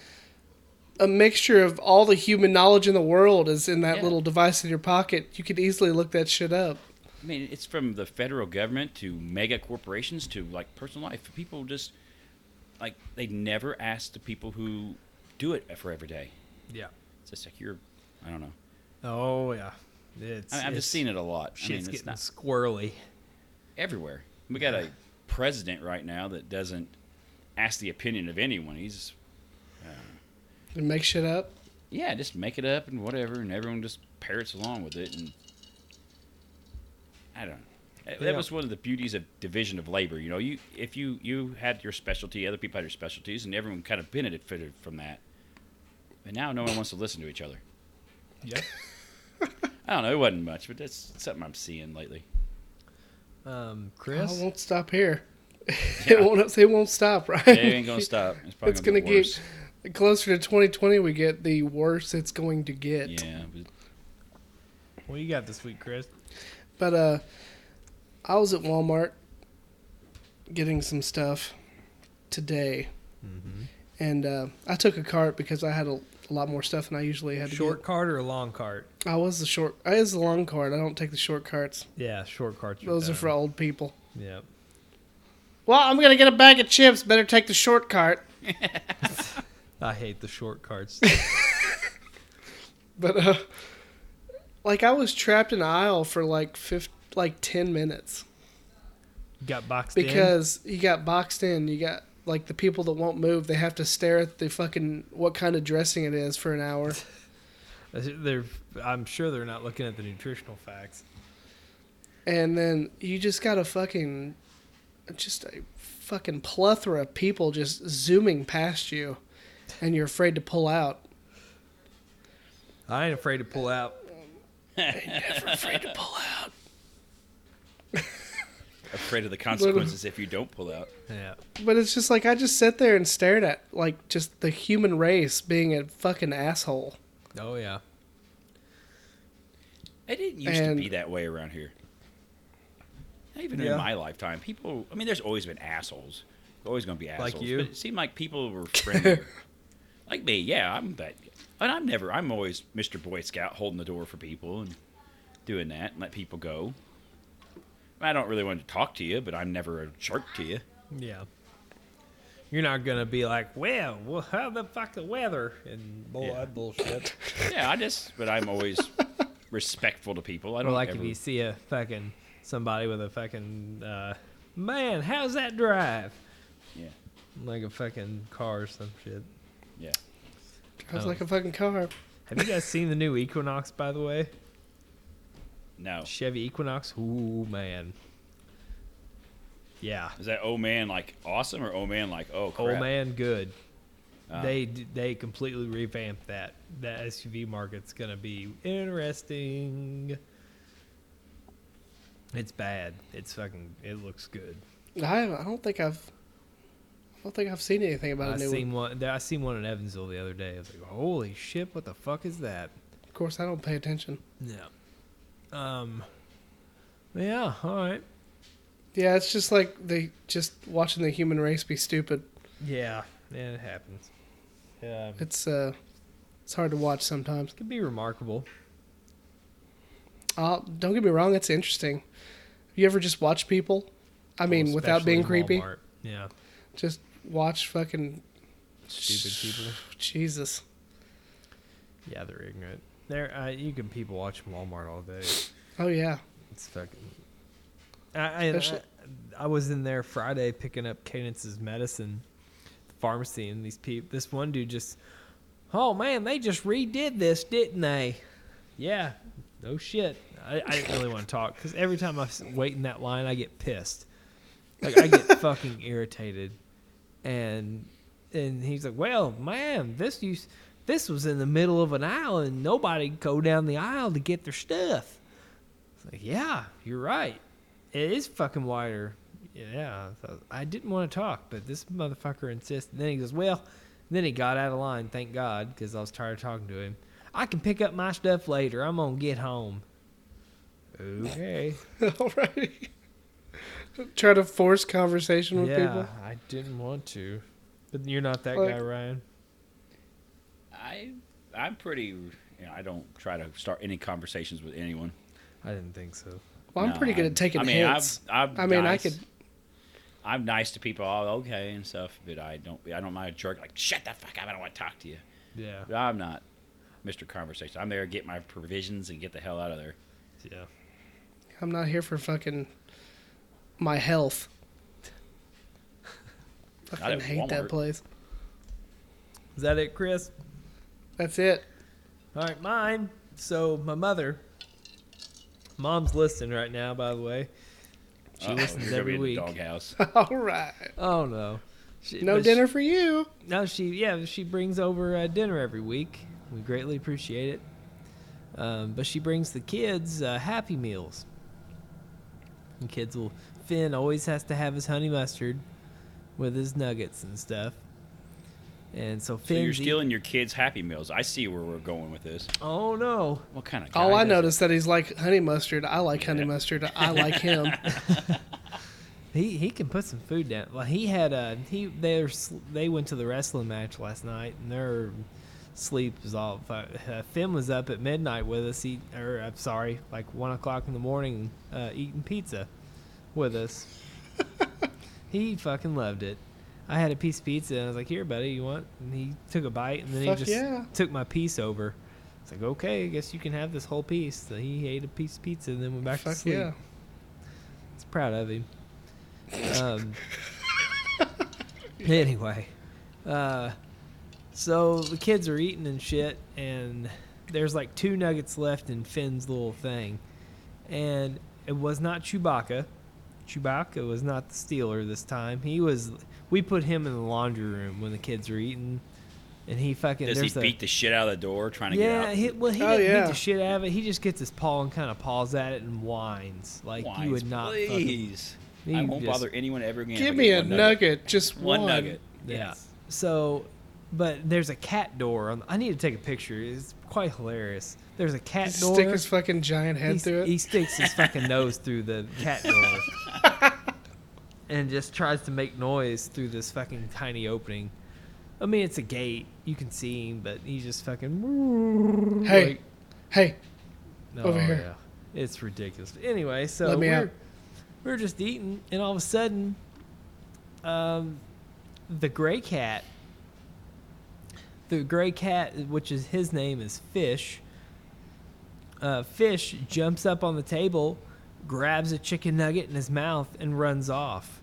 [SPEAKER 2] a mixture of all the human knowledge in the world is in that
[SPEAKER 3] Yeah.
[SPEAKER 2] little device in your pocket. You could easily look that shit up.
[SPEAKER 3] I mean, it's from the federal government to mega corporations to like personal life. People just like they never ask the people who do it for every day.
[SPEAKER 1] yeah.
[SPEAKER 3] It's just like you're, I don't know.
[SPEAKER 1] Oh yeah. It's,
[SPEAKER 3] I I've
[SPEAKER 1] it's-
[SPEAKER 3] just seen it a lot. I mean,
[SPEAKER 1] Shit's
[SPEAKER 3] it's
[SPEAKER 1] getting
[SPEAKER 3] not
[SPEAKER 1] squirrely.
[SPEAKER 3] everywhere. We got a president right now that doesn't ask the opinion of anyone. He's
[SPEAKER 2] And make shit up.
[SPEAKER 3] Yeah, just make it up and whatever, and everyone just parrots along with it. And I don't. know. That- That
[SPEAKER 1] Yeah.
[SPEAKER 3] was one of the beauties of division of labor. You know, you if you you had your specialty, other people had their specialties, and everyone kind of benefited from that. And now no one wants to listen to each other.
[SPEAKER 1] Yep.
[SPEAKER 3] I don't know. It wasn't much, but that's something I'm seeing lately.
[SPEAKER 1] [laughs] Um,
[SPEAKER 2] I
[SPEAKER 1] Chris,
[SPEAKER 2] won't stop here. [laughs]
[SPEAKER 3] Yeah.
[SPEAKER 2] it won't. It won't stop, right?
[SPEAKER 3] It ain't gonna stop. It's probably
[SPEAKER 2] it's
[SPEAKER 3] gonna,
[SPEAKER 2] gonna
[SPEAKER 3] get worse.
[SPEAKER 2] get [laughs] closer to 2020. We get the worse it's going to get.
[SPEAKER 3] Yeah, but
[SPEAKER 1] what you got this week, Chris?
[SPEAKER 2] But uh, I was at Walmart getting some stuff today,
[SPEAKER 3] Mm-hmm.
[SPEAKER 2] and uh, I took a cart because I had a, a lot more stuff than I usually had.
[SPEAKER 1] Short
[SPEAKER 2] To
[SPEAKER 1] cart or long cart?
[SPEAKER 2] get. I was the short. I was the long cart. I don't take the short carts.
[SPEAKER 1] Yeah, short carts.
[SPEAKER 2] Those are for
[SPEAKER 1] better.
[SPEAKER 2] old people.
[SPEAKER 1] Yeah.
[SPEAKER 2] Well, I'm gonna get a bag of chips. Better take the short cart.
[SPEAKER 1] I hate the short
[SPEAKER 2] [laughs]
[SPEAKER 1] carts.
[SPEAKER 2] But uh, like I was trapped in an aisle for like fif- like ten minutes
[SPEAKER 1] got boxed in?
[SPEAKER 2] because you got boxed in. You got like the people that won't move. They have to stare at the fucking what kind of dressing it is for an hour.
[SPEAKER 1] They're, I'm sure they're not looking at the nutritional facts.
[SPEAKER 2] And then you just got a fucking, just a fucking plethora of people just zooming past you, and you're afraid to pull out.
[SPEAKER 1] I ain't afraid to pull out.
[SPEAKER 2] Never afraid to pull out.
[SPEAKER 3] afraid of the consequences if you don't pull out.
[SPEAKER 1] Yeah.
[SPEAKER 2] But it's just like I just sit there and stared at like just the human race being a fucking asshole.
[SPEAKER 1] Oh yeah.
[SPEAKER 3] It didn't used
[SPEAKER 2] And-
[SPEAKER 3] to be that way around here. Not even
[SPEAKER 1] Yeah.
[SPEAKER 3] in my lifetime. People, I mean, there's always been assholes. There's always going to be assholes.
[SPEAKER 1] Like you?
[SPEAKER 3] But it seemed like people were friendlier. like me, yeah, I'm that. And I'm never, I'm always Mr. Boy Scout holding the door for people and doing that and let people go. I don't really want to talk to you, but I'm never a jerk to you.
[SPEAKER 1] Yeah. You're not gonna be like, well, well how the fuck the weather and bull
[SPEAKER 3] Yeah.
[SPEAKER 1] that bullshit.
[SPEAKER 3] Yeah, I just, but I'm always respectful to people. [laughs] I
[SPEAKER 1] or
[SPEAKER 3] don't
[SPEAKER 1] like
[SPEAKER 3] ever,
[SPEAKER 1] if you see a fucking somebody with a fucking uh, man, how's that drive?
[SPEAKER 3] Yeah,
[SPEAKER 1] Like a fucking car or some shit.
[SPEAKER 3] yeah.
[SPEAKER 2] I was
[SPEAKER 1] Oh.
[SPEAKER 2] like a fucking car.
[SPEAKER 1] Have you
[SPEAKER 3] [laughs]
[SPEAKER 1] guys seen the new Equinox, by the way?
[SPEAKER 3] No.
[SPEAKER 1] Chevy Equinox. Ooh man. Yeah.
[SPEAKER 3] Is that oh man like awesome or oh man like oh crap?
[SPEAKER 1] Old man, good.
[SPEAKER 3] Uh,
[SPEAKER 1] They d- they completely revamped that. That SUV market's gonna be interesting. It's bad. It's fucking. It looks good.
[SPEAKER 2] I haven't- I don't think I've I don't think I've seen anything about
[SPEAKER 1] I
[SPEAKER 2] a new
[SPEAKER 1] seen
[SPEAKER 2] one.
[SPEAKER 1] one. I seen one in Evansville the other day. I was like, holy shit, what the fuck is that?
[SPEAKER 2] Of course, I don't pay attention.
[SPEAKER 1] Yeah. Um. Yeah. All right.
[SPEAKER 2] Yeah, it's just like they just watching the human race be stupid.
[SPEAKER 1] Yeah. Yeah. It happens. Yeah. It
[SPEAKER 2] It's uh, it's hard to watch sometimes.
[SPEAKER 1] could be remarkable.
[SPEAKER 2] Uh, don't get me wrong, it's interesting. You ever just watch people? I mean,
[SPEAKER 1] Well,
[SPEAKER 2] without being
[SPEAKER 1] especially
[SPEAKER 2] creepy,
[SPEAKER 1] Walmart. Yeah.
[SPEAKER 2] just watch fucking
[SPEAKER 1] Stupid people.
[SPEAKER 2] Jesus.
[SPEAKER 1] Yeah, they're ignorant. They're uh, you can people watch Walmart all day.
[SPEAKER 2] Oh yeah, [laughs]
[SPEAKER 1] It's fucking. I, I, I,
[SPEAKER 2] Especially-
[SPEAKER 1] I was in there Friday picking up Cadence's medicine, the pharmacy, and these people. This one dude just, oh man, they just redid this, didn't they? Yeah, no shit. I, I didn't really want to talk because every time I s- wait in that line, I get pissed. Like I get fucking irritated, and and he's like, well, man, this used. This was in the middle of an aisle, and nobody could go down the aisle to get their stuff. It's like, yeah, you're right. It is fucking wider. Yeah, I thought- I didn't want to talk, but this motherfucker insists. And then he goes, well, and then he got out of line, thank God, because I was tired of talking to him. I can pick up my stuff later. I'm going to get home. Okay.
[SPEAKER 2] alrighty. Try to force conversation with
[SPEAKER 1] yeah,
[SPEAKER 2] people.
[SPEAKER 1] I didn't want to. But you're not that
[SPEAKER 2] Like-
[SPEAKER 1] guy, Ryan.
[SPEAKER 3] I I'm pretty. You know, I don't try to start any conversations with anyone.
[SPEAKER 1] I didn't think so.
[SPEAKER 2] Well, I'm
[SPEAKER 3] No,
[SPEAKER 2] pretty good at taking
[SPEAKER 3] I mean,
[SPEAKER 2] hints.
[SPEAKER 3] I've, I've
[SPEAKER 2] I mean, I
[SPEAKER 3] nice.
[SPEAKER 2] could-
[SPEAKER 3] I'm nice to people. Oh, okay, and stuff. But I don't. I don't mind a jerk. Like shut the fuck up. I don't want to talk to you.
[SPEAKER 1] Yeah.
[SPEAKER 3] But I'm not Mr. Conversation. I'm there to get my provisions and get the hell out of there.
[SPEAKER 1] Yeah.
[SPEAKER 2] I'm not here for fucking my health.
[SPEAKER 3] Not
[SPEAKER 2] Fucking
[SPEAKER 3] at
[SPEAKER 2] hate that
[SPEAKER 3] Walmart.
[SPEAKER 2] place.
[SPEAKER 1] Is that it, Chris?
[SPEAKER 2] That's it. [laughs]
[SPEAKER 1] All right, mine. So my mother, mom's listening right now. By the way, she
[SPEAKER 3] Uh-oh,
[SPEAKER 1] listens
[SPEAKER 3] you're gonna
[SPEAKER 1] every
[SPEAKER 3] be in the
[SPEAKER 1] week.
[SPEAKER 3] Doghouse.
[SPEAKER 2] All right.
[SPEAKER 1] Oh no, She-
[SPEAKER 2] No
[SPEAKER 1] but she-
[SPEAKER 2] dinner for you.
[SPEAKER 1] no, she yeah she brings over uh, dinner every week. We greatly appreciate it. Um, but she brings the kids uh, Happy Meals. And kids will Finn always has to have his honey mustard with his nuggets and stuff. And so
[SPEAKER 3] So
[SPEAKER 1] [laughs] Finn.
[SPEAKER 3] you're stealing your kids' Happy Meals. I see where we're going with this.
[SPEAKER 1] Oh no!
[SPEAKER 3] What kind of? Guy
[SPEAKER 2] All I
[SPEAKER 3] does
[SPEAKER 2] know is that he's like honey mustard. I like honey
[SPEAKER 3] Yeah.
[SPEAKER 2] mustard. I like him.
[SPEAKER 1] He he can put some food down. Well, he had a he they were, sl- they went to the wrestling match last night and their sleep was all. fu- Uh, Finn was up at midnight with us. Eat or I'm sorry, like one o'clock in the morning, uh, eating pizza with
[SPEAKER 2] [laughs]
[SPEAKER 1] us. he fucking loved it. I had a piece of pizza and I was like, "Here, buddy, you want?" And he took a bite and then
[SPEAKER 2] Fuck
[SPEAKER 1] he just
[SPEAKER 2] yeah.
[SPEAKER 1] took my piece over. It's like, okay, I guess you can have this whole piece. So he ate a piece of pizza and then went back to
[SPEAKER 2] Fuck
[SPEAKER 1] sleep.
[SPEAKER 2] yeah.
[SPEAKER 1] It's proud of him. Um, [laughs] anyway, uh, so the kids are eating and shit, and there's like two nuggets left in Finn's little thing, and it was not Chewbacca. Chewbacca was not the stealer this time. He was. We put him in the laundry room when the kids were eating, and he fucking.
[SPEAKER 3] Does he
[SPEAKER 1] there's a,
[SPEAKER 3] beat the shit out of the door trying to
[SPEAKER 1] yeah,
[SPEAKER 3] get out?
[SPEAKER 1] he, well, he
[SPEAKER 2] Oh,
[SPEAKER 1] doesn't beat
[SPEAKER 2] yeah.
[SPEAKER 1] the shit out of it. He just gets his paw and kind of paws at it and whines. Like
[SPEAKER 3] Wines,
[SPEAKER 1] you would not. Fucking,
[SPEAKER 3] Please.
[SPEAKER 1] You
[SPEAKER 3] I won't
[SPEAKER 1] just-
[SPEAKER 3] bother anyone ever again. if I
[SPEAKER 2] Give
[SPEAKER 3] get
[SPEAKER 2] me a
[SPEAKER 3] one
[SPEAKER 2] nugget. just
[SPEAKER 3] One
[SPEAKER 2] one.
[SPEAKER 3] nugget.
[SPEAKER 1] yeah.
[SPEAKER 3] Yes.
[SPEAKER 1] So, but there's a cat door. On, I need to take a picture. It's quite hilarious. There's a cat door.
[SPEAKER 2] Stick his fucking giant head
[SPEAKER 1] he,
[SPEAKER 2] through it.
[SPEAKER 1] he sticks his fucking nose through the cat door
[SPEAKER 2] [laughs]
[SPEAKER 1] and just tries to make noise through this fucking tiny opening. I mean, it's a gate. You can see him, but he's just fucking.
[SPEAKER 2] Hey.
[SPEAKER 1] like-
[SPEAKER 2] hey,
[SPEAKER 1] no,
[SPEAKER 2] Over here.
[SPEAKER 1] Yeah. It's ridiculous. But anyway, so
[SPEAKER 2] Let me
[SPEAKER 1] we're,
[SPEAKER 2] out.
[SPEAKER 1] we're just eating, and all of a sudden, um, the gray cat, the gray cat, which is his name is Fish, uh, Fish jumps up on the table, grabs a chicken nugget in his mouth, and runs off.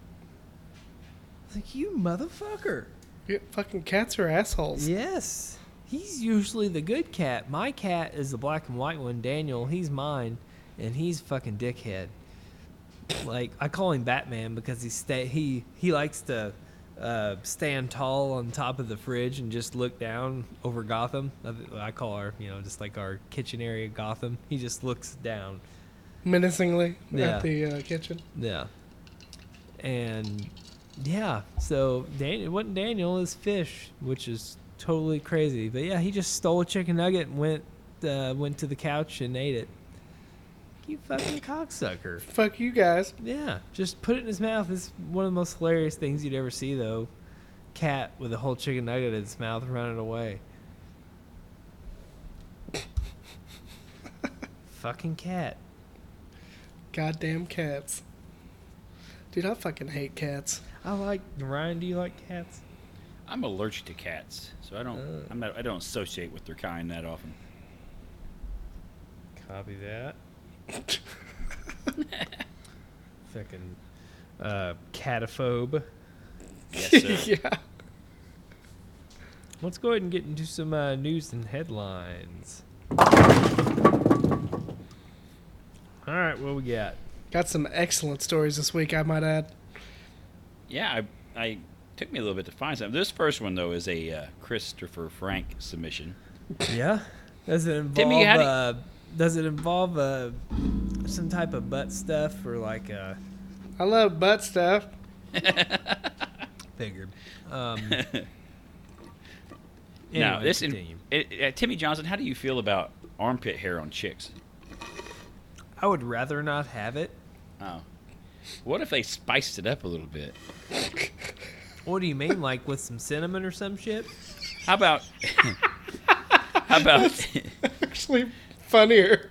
[SPEAKER 1] It's Like, you motherfucker.
[SPEAKER 2] you- fucking cats are assholes.
[SPEAKER 1] Yes. He's usually the good cat. My cat is the black and white one, Daniel. He's mine, and he's fucking dickhead. Like I call him Batman because he stay he he likes to uh, stand tall on top of the fridge and just look down over Gotham. I call our you know just like our kitchen area Gotham. He just looks down.
[SPEAKER 2] Menacingly
[SPEAKER 1] Yeah.
[SPEAKER 2] at the uh, kitchen.
[SPEAKER 1] Yeah. And yeah, so Dan- it wasn't Daniel, it was Fish, which is totally crazy. But yeah, he just stole a chicken nugget and went uh, went to the couch and ate it. You fucking cocksucker.
[SPEAKER 2] Fuck you guys.
[SPEAKER 1] Yeah, just put it in his mouth. It's one of the most hilarious things you'd ever see, though. Cat with a whole chicken nugget in its mouth running away. fucking cat.
[SPEAKER 2] Goddamn cats. Dude, I fucking hate cats.
[SPEAKER 1] I like Ryan. Do you like cats?
[SPEAKER 3] I'm allergic to cats, so I don't.
[SPEAKER 1] Uh.
[SPEAKER 3] I'm not, I don't associate with their kind
[SPEAKER 1] [laughs]
[SPEAKER 3] that often.
[SPEAKER 1] Copy [laughs] that. Fucking uh, cataphobe.
[SPEAKER 3] Yes, sir.
[SPEAKER 2] [laughs] yeah.
[SPEAKER 1] Let's go ahead and get into some uh, news and headlines. All right, what we got?
[SPEAKER 2] Got some excellent stories this week, I might add.
[SPEAKER 3] Yeah, I, I took me a little bit to find something. This first one though is a uh, Christopher Frank submission.
[SPEAKER 1] Yeah, does it involve?
[SPEAKER 3] Timmy, how do you-
[SPEAKER 1] uh, does it involve uh, some type of butt stuff or like uh,
[SPEAKER 2] I love butt stuff. [laughs]
[SPEAKER 1] figured?
[SPEAKER 3] [laughs]
[SPEAKER 1] Um,
[SPEAKER 3] now,
[SPEAKER 1] anyway,
[SPEAKER 3] this in,
[SPEAKER 1] continue.
[SPEAKER 3] it, uh, Timmy Johnson, how do you feel about armpit hair on chicks?
[SPEAKER 1] I would rather not have it.
[SPEAKER 3] Oh, what if they spiced it up a little bit?
[SPEAKER 1] What do you mean, like with some cinnamon or some shit?
[SPEAKER 3] How about? [laughs] how
[SPEAKER 1] [laughs]
[SPEAKER 3] about?
[SPEAKER 2] Actually,
[SPEAKER 3] [laughs]
[SPEAKER 2] funnier.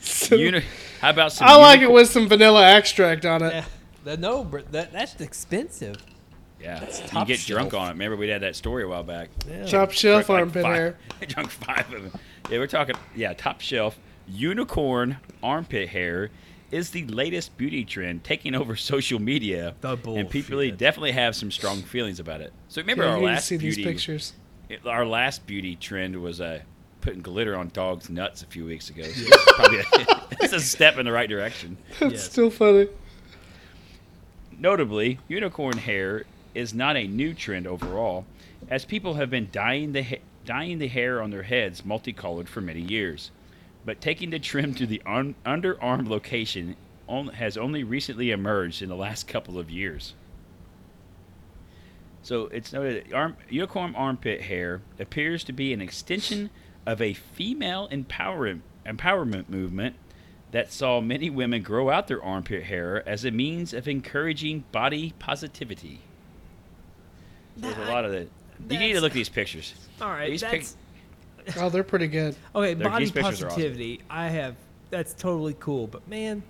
[SPEAKER 2] So-
[SPEAKER 3] uni- how about some?
[SPEAKER 2] I like it
[SPEAKER 3] unicorn-
[SPEAKER 2] with some vanilla extract on it.
[SPEAKER 1] Yeah, [laughs] that, no, br- that that's expensive.
[SPEAKER 3] Yeah, you can
[SPEAKER 1] top
[SPEAKER 3] get drunk
[SPEAKER 1] shelf.
[SPEAKER 3] on it. Remember we had that story a while back.
[SPEAKER 1] Yeah.
[SPEAKER 2] Chop shelf
[SPEAKER 3] Drunk
[SPEAKER 2] armpit
[SPEAKER 3] five,
[SPEAKER 2] hair.
[SPEAKER 3] drunk five of them. Yeah, we're talking. Yeah, top shelf unicorn armpit hair is the latest beauty trend taking over [laughs] social media,
[SPEAKER 1] The
[SPEAKER 3] and people
[SPEAKER 1] bullshit.
[SPEAKER 3] definitely have some strong feelings about it. So [laughs] remember
[SPEAKER 2] Yeah, you
[SPEAKER 3] our
[SPEAKER 2] need to [laughs]
[SPEAKER 3] last
[SPEAKER 2] see these
[SPEAKER 3] beauty.
[SPEAKER 2] pictures.
[SPEAKER 3] Our last beauty trend was uh, putting glitter on dogs' nuts a few weeks ago. So it's, probably a, [laughs] it's a step in the right direction.
[SPEAKER 2] That's
[SPEAKER 1] Yes.
[SPEAKER 2] still
[SPEAKER 3] [laughs]
[SPEAKER 2] funny.
[SPEAKER 3] Notably, unicorn hair is not a new trend overall, as people have been dyeing the, ha- dyeing the hair on their heads multicolored for many years. But taking the trim to the arm- underarm location on- has only recently emerged in the last couple of years. So it's noted that arm- unicorn armpit hair appears to be an extension of a female empower- empowerment movement that saw many women grow out their armpit hair as a means of encouraging body positivity. There's a lot of that. You need to
[SPEAKER 1] that's-
[SPEAKER 3] look at these pictures.
[SPEAKER 1] All right,
[SPEAKER 3] These pic-
[SPEAKER 1] that's
[SPEAKER 2] Oh, they're pretty good.
[SPEAKER 1] okay.
[SPEAKER 3] Their
[SPEAKER 1] Body
[SPEAKER 3] geese pictures are awesome.
[SPEAKER 1] positivity. I have. That's totally cool, but man,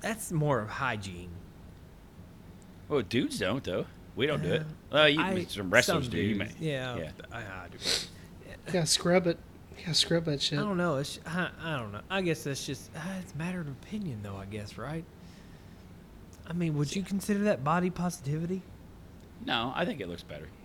[SPEAKER 1] that's more of hygiene.
[SPEAKER 3] well, dudes don't though. We don't do it.
[SPEAKER 1] Yeah.
[SPEAKER 3] Uh, you,
[SPEAKER 1] I-
[SPEAKER 3] some wrestlers
[SPEAKER 1] some
[SPEAKER 3] do. You may,
[SPEAKER 1] dudes, yeah,
[SPEAKER 3] yeah.
[SPEAKER 1] I, I do.
[SPEAKER 2] Yeah, scrub it. Yeah, scrub that shit.
[SPEAKER 1] I don't know. It's, I, I don't know. I guess that's just uh, it's a matter of opinion, though. I guess, right? I mean, would you consider that body positivity?
[SPEAKER 3] No, I think it
[SPEAKER 1] [laughs]
[SPEAKER 3] looks better. [laughs]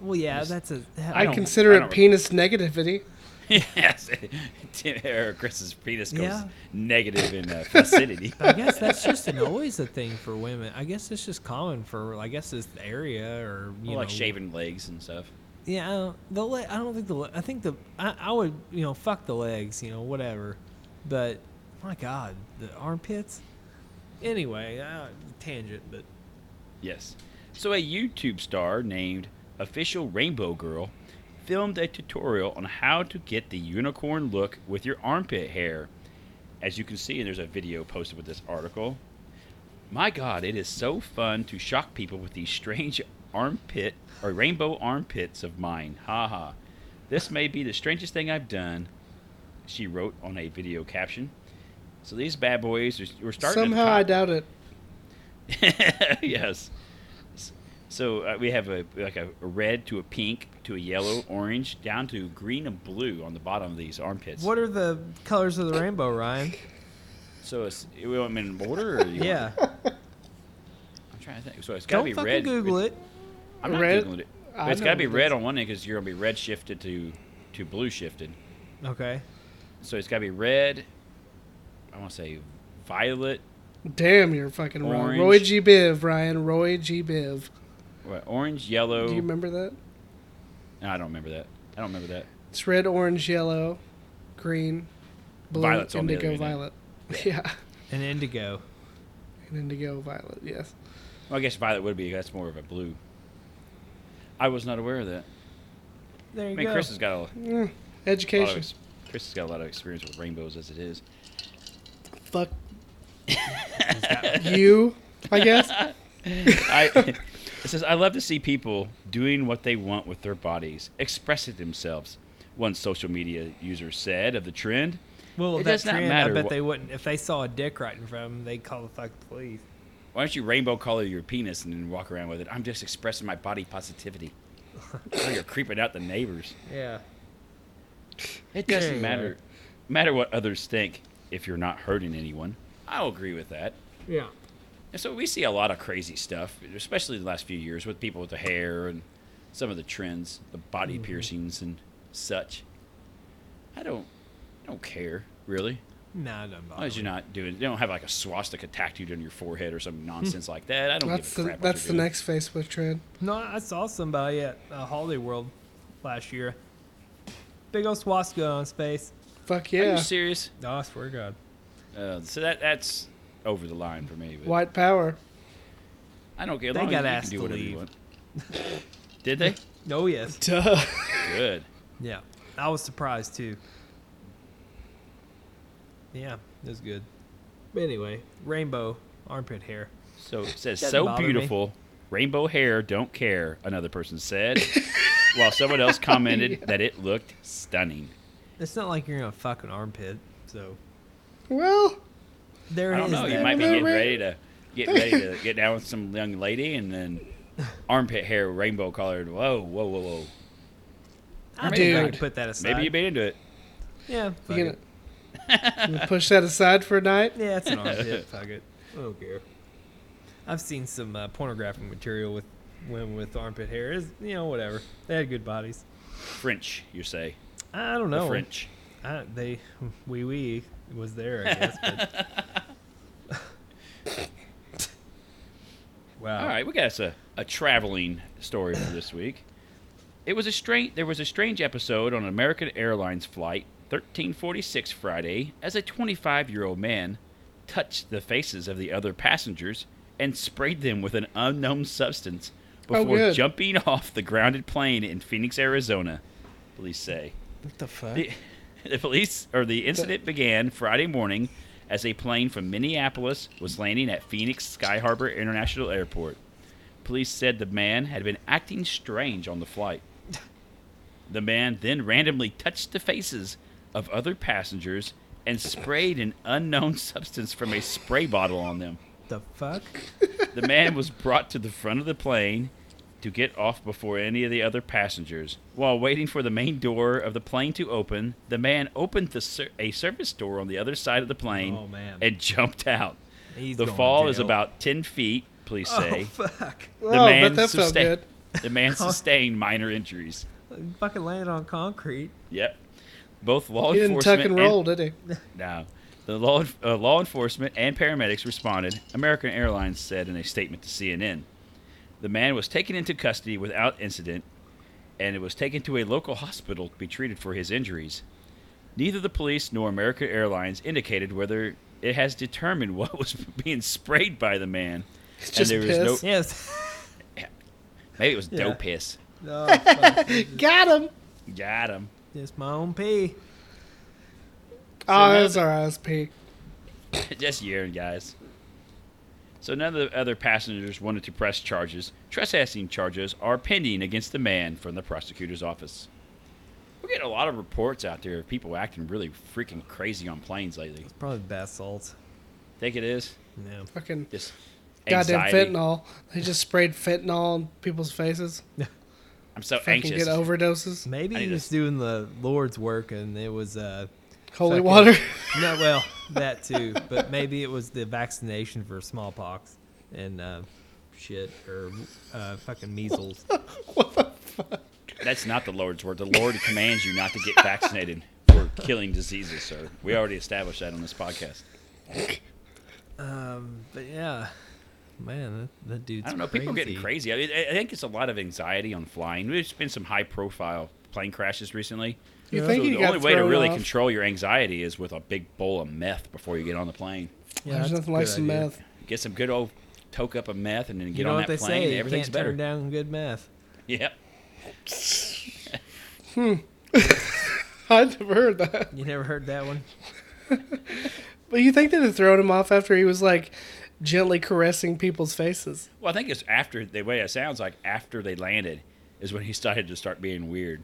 [SPEAKER 1] Well, yeah,
[SPEAKER 3] Yes.
[SPEAKER 1] that's a.
[SPEAKER 2] I,
[SPEAKER 3] don't-
[SPEAKER 2] consider
[SPEAKER 3] I
[SPEAKER 2] it
[SPEAKER 3] don't-
[SPEAKER 2] penis negativity.
[SPEAKER 3] yes, [laughs] Tim or Chris's penis goes
[SPEAKER 1] Yeah.
[SPEAKER 3] negative in uh,
[SPEAKER 1] [laughs]
[SPEAKER 3] facility.
[SPEAKER 1] I guess that's just an, always a thing for women. I guess it's just common for. I guess this area or you
[SPEAKER 3] Well,
[SPEAKER 1] know,
[SPEAKER 3] like shaving legs and stuff.
[SPEAKER 1] Yeah, I don't, the le- I don't think the le- I think the I, I would you know fuck the legs you know whatever, but my god the armpits. Anyway, uh, tangent, but
[SPEAKER 3] Yes. So a YouTube star named Official Rainbow Girl filmed a tutorial on how to get the unicorn look with your armpit hair. As you can see, and there's a video posted with this article. My God, it is so fun to shock people with these strange armpit or rainbow armpits of mine. Ha ha. This may be the strangest thing I've done, she wrote on a video caption. So these bad boys are, were starting to
[SPEAKER 2] Somehow I
[SPEAKER 3] cop-
[SPEAKER 2] doubt it.
[SPEAKER 3] [laughs] yes. S- So uh, we have a like a a red to a pink to a yellow, orange, down to green and blue on the bottom of these armpits.
[SPEAKER 1] what are the colors of the rainbow,
[SPEAKER 3] [laughs]
[SPEAKER 1] Ryan?
[SPEAKER 3] So it's you want them in order? Or you want-
[SPEAKER 1] Yeah,
[SPEAKER 3] I'm trying to think. So it's got to
[SPEAKER 1] don't
[SPEAKER 3] be
[SPEAKER 1] fucking
[SPEAKER 3] red.
[SPEAKER 1] Google it.
[SPEAKER 3] I'm not
[SPEAKER 2] Red?
[SPEAKER 3] googling it.
[SPEAKER 2] I
[SPEAKER 3] But it's got to
[SPEAKER 2] know
[SPEAKER 3] be
[SPEAKER 2] what it
[SPEAKER 3] red
[SPEAKER 2] is.
[SPEAKER 3] on one end because you're gonna be red shifted to to blue shifted.
[SPEAKER 1] Okay,
[SPEAKER 3] So it's got to be red. I want to say violet,
[SPEAKER 2] Damn, you're fucking wrong.
[SPEAKER 3] Orange.
[SPEAKER 2] Roy G. Biv, Ryan. Roy G. Biv.
[SPEAKER 3] what, orange, yellow.
[SPEAKER 2] Do you remember that?
[SPEAKER 3] No, I don't remember that. I don't remember that.
[SPEAKER 2] It's red, orange, yellow, green, blue,
[SPEAKER 3] Violet's on the
[SPEAKER 2] indigo,
[SPEAKER 3] other end,
[SPEAKER 2] violet. Yeah,
[SPEAKER 1] an indigo.
[SPEAKER 2] and [laughs] indigo, violet. Yes.
[SPEAKER 3] Well, I guess violet would be. That's more of a blue. I was not aware of that.
[SPEAKER 1] There
[SPEAKER 3] I
[SPEAKER 1] you
[SPEAKER 3] mean,
[SPEAKER 1] go.
[SPEAKER 3] Chris has got a
[SPEAKER 2] Mm,
[SPEAKER 3] A lot of
[SPEAKER 2] education.
[SPEAKER 3] ex- Chris has got a lot of experience with rainbows as it is.
[SPEAKER 2] Fuck. you, I guess.
[SPEAKER 3] I, [laughs] it says, I love to see people doing what they want with their bodies, expressing themselves. One social media user said of the trend.
[SPEAKER 1] Well,
[SPEAKER 3] It
[SPEAKER 1] that
[SPEAKER 3] does not
[SPEAKER 1] trend,
[SPEAKER 3] matter
[SPEAKER 1] I bet
[SPEAKER 3] what-
[SPEAKER 1] they wouldn't if they saw a dick right in front of them. They'd call the fucking police.
[SPEAKER 3] Why don't you rainbow color your penis and then walk around with it? I'm just expressing my body positivity. oh, you're creeping out the neighbors.
[SPEAKER 1] Yeah.
[SPEAKER 3] It doesn't
[SPEAKER 1] Yeah.
[SPEAKER 3] matter matter what others think if you're not hurting anyone. I'll agree with that.
[SPEAKER 1] Yeah.
[SPEAKER 3] And so we see a lot of crazy stuff, especially the last few years with people with the hair and some of the trends, the body
[SPEAKER 2] Mm-hmm.
[SPEAKER 3] piercings and such. I don't, I don't care really.
[SPEAKER 1] Nah, it doesn't
[SPEAKER 3] As long
[SPEAKER 1] bother
[SPEAKER 3] as
[SPEAKER 1] me.
[SPEAKER 3] you're
[SPEAKER 2] Uh-huh.
[SPEAKER 3] not doing, you don't have like a swastika tattooed on your forehead or some nonsense like that. I [laughs] don't
[SPEAKER 2] Hmm. That's
[SPEAKER 3] give
[SPEAKER 2] the
[SPEAKER 3] a crap. what
[SPEAKER 2] that's the
[SPEAKER 3] you're doing.
[SPEAKER 2] next Facebook trend.
[SPEAKER 1] No, I saw somebody at uh, Holiday World last year. Big old swastika on his face.
[SPEAKER 2] Fuck
[SPEAKER 3] Are you
[SPEAKER 2] yeah,
[SPEAKER 3] serious?
[SPEAKER 1] No, I swear to God.
[SPEAKER 3] Uh, so that that's over the line for me. But
[SPEAKER 2] white power.
[SPEAKER 3] I don't care. As
[SPEAKER 1] They
[SPEAKER 3] long
[SPEAKER 1] got
[SPEAKER 3] as you
[SPEAKER 1] asked
[SPEAKER 3] can do
[SPEAKER 1] to
[SPEAKER 3] whatever you
[SPEAKER 1] leave.
[SPEAKER 3] want. Did they?
[SPEAKER 1] Oh yes.
[SPEAKER 2] [laughs] Duh.
[SPEAKER 3] Good.
[SPEAKER 1] Yeah, I was surprised too. Yeah, it was good. But anyway, rainbow armpit hair.
[SPEAKER 3] So it says
[SPEAKER 1] Doesn't
[SPEAKER 3] so
[SPEAKER 1] bother me."
[SPEAKER 3] beautiful, rainbow hair, don't care. Another person said, while someone else commented
[SPEAKER 1] [laughs]
[SPEAKER 3] that it looked stunning.
[SPEAKER 1] It's not like you're gonna fuck an armpit, so
[SPEAKER 2] Well,
[SPEAKER 1] there
[SPEAKER 3] I
[SPEAKER 1] it
[SPEAKER 3] don't
[SPEAKER 1] is.
[SPEAKER 3] know. You
[SPEAKER 1] then.
[SPEAKER 3] might be
[SPEAKER 2] Rainbow
[SPEAKER 3] getting
[SPEAKER 2] hair.
[SPEAKER 3] ready to get ready to get down with some young lady, and then armpit hair, rainbow colored. Whoa, whoa, whoa, whoa.
[SPEAKER 1] I think I
[SPEAKER 2] Dude.
[SPEAKER 1] could put that aside.
[SPEAKER 3] Maybe you beat into it.
[SPEAKER 1] Yeah.
[SPEAKER 2] you
[SPEAKER 1] Fuck
[SPEAKER 2] gonna,
[SPEAKER 1] it.
[SPEAKER 2] you gonna push that aside for a night.
[SPEAKER 1] Yeah, it's an
[SPEAKER 3] [laughs]
[SPEAKER 1] armpit. fuck it. I don't care. I've seen some uh, pornographic material with women with armpit hair. Is you know whatever. They had good bodies.
[SPEAKER 3] French, you say?
[SPEAKER 1] I don't
[SPEAKER 3] The
[SPEAKER 1] know.
[SPEAKER 3] French.
[SPEAKER 1] I, they, wee wee was there, I guess.
[SPEAKER 3] [laughs]
[SPEAKER 1] But... wow.
[SPEAKER 3] All right, we got us a, a traveling story for this week. It was a strange. There was a strange episode on an American Airlines flight 1346 Friday as a 25-year-old man touched the faces of the other passengers and sprayed them with an unknown substance
[SPEAKER 2] Oh,
[SPEAKER 3] before
[SPEAKER 2] good.
[SPEAKER 3] jumping off the grounded plane in Phoenix, Arizona. Police say.
[SPEAKER 2] What the fuck?
[SPEAKER 3] The, the [laughs] police or the incident began Friday morning as a plane from Minneapolis was landing at Phoenix Sky Harbor International Airport. Police said the man had been acting strange on the flight. The man then randomly touched the faces of other passengers and sprayed an unknown [laughs] substance from a spray bottle on them.
[SPEAKER 1] The fuck?
[SPEAKER 3] The man was brought to the front of the plane to get off before any of the other passengers. While waiting for the main door of the plane to open, the man opened the ser- a service door on the other side of the plane
[SPEAKER 1] Oh, man.
[SPEAKER 3] and jumped out.
[SPEAKER 1] He's
[SPEAKER 3] the
[SPEAKER 1] going to
[SPEAKER 3] fall is
[SPEAKER 1] jail.
[SPEAKER 3] about 10 feet, police
[SPEAKER 1] Oh
[SPEAKER 3] say.
[SPEAKER 1] fuck!
[SPEAKER 3] The
[SPEAKER 2] Oh, but that felt
[SPEAKER 3] sustained,
[SPEAKER 2] good. [laughs]
[SPEAKER 3] the man sustained minor injuries.
[SPEAKER 1] Fucking landed on concrete.
[SPEAKER 3] Yep. Both law
[SPEAKER 2] He didn't
[SPEAKER 3] enforcement
[SPEAKER 2] tuck and roll, did he?
[SPEAKER 3] no. The law, uh, law enforcement and paramedics responded, American Airlines said in a statement to CNN. The man was taken into custody without incident and it was taken to a local hospital to be treated for his injuries. Neither the police nor American Airlines indicated whether it has determined [laughs] what was being sprayed by the man.
[SPEAKER 2] It's just piss.
[SPEAKER 1] Yes. [laughs]
[SPEAKER 3] maybe it was
[SPEAKER 1] Yeah.
[SPEAKER 3] dope piss. [laughs]
[SPEAKER 1] No. fuck.
[SPEAKER 2] Got him.
[SPEAKER 3] Got him.
[SPEAKER 1] Just my own pee.
[SPEAKER 2] Oh,
[SPEAKER 3] now-
[SPEAKER 2] it was our ISP.
[SPEAKER 3] [laughs] Just urine, guys. So none of the other passengers wanted to press charges. Trespassing charges are pending against the man from the prosecutor's office. We're getting a lot of reports out there of people acting really freaking crazy on planes lately.
[SPEAKER 1] Probably bath salts.
[SPEAKER 3] Think it is
[SPEAKER 1] Yeah.
[SPEAKER 2] Fucking
[SPEAKER 3] just
[SPEAKER 2] goddamn
[SPEAKER 3] anxiety.
[SPEAKER 2] fentanyl. They just sprayed fentanyl on people's faces.
[SPEAKER 3] I'm so
[SPEAKER 2] Fucking
[SPEAKER 3] anxious.
[SPEAKER 2] get overdoses.
[SPEAKER 1] Maybe
[SPEAKER 3] I need
[SPEAKER 1] he
[SPEAKER 3] to-
[SPEAKER 1] was doing the Lord's work, and it was uh,
[SPEAKER 2] Holy
[SPEAKER 1] fucking-
[SPEAKER 2] water.
[SPEAKER 1] No, well, that too, but maybe it was the vaccination for smallpox and uh, shit or uh, fucking measles.
[SPEAKER 3] That's not the Lord's word. The Lord commands you not to
[SPEAKER 2] [laughs]
[SPEAKER 3] get vaccinated for killing diseases, sir. We already established that on this podcast.
[SPEAKER 1] But yeah, man, that, that dude's
[SPEAKER 3] I don't know. People are getting crazy. I, mean, I I think it's a lot of anxiety on flying. There's been some high profile plane crashes recently.
[SPEAKER 2] You think
[SPEAKER 3] So
[SPEAKER 2] he
[SPEAKER 3] the
[SPEAKER 2] got
[SPEAKER 3] only way to
[SPEAKER 2] thrown
[SPEAKER 3] really
[SPEAKER 2] off?
[SPEAKER 3] control your anxiety is with a big bowl of meth before you get on the plane.
[SPEAKER 1] Yeah,
[SPEAKER 2] [laughs] There's
[SPEAKER 1] that's a
[SPEAKER 2] nothing like
[SPEAKER 1] good
[SPEAKER 2] some
[SPEAKER 1] idea.
[SPEAKER 2] meth. [laughs]
[SPEAKER 3] Get some good old toke up of meth and then get
[SPEAKER 1] You know
[SPEAKER 3] on
[SPEAKER 1] what
[SPEAKER 3] that
[SPEAKER 1] they
[SPEAKER 3] plane.
[SPEAKER 1] say? You
[SPEAKER 3] everything's
[SPEAKER 1] can't
[SPEAKER 3] better.
[SPEAKER 1] turn down good math.
[SPEAKER 3] Yep.
[SPEAKER 2] I'd never heard that.
[SPEAKER 1] You never heard that one?
[SPEAKER 2] But you think they'd have thrown him off after he was like gently caressing people's faces?
[SPEAKER 3] Well, I think it's after the way it sounds like after they landed is when he [laughs] started to start being weird.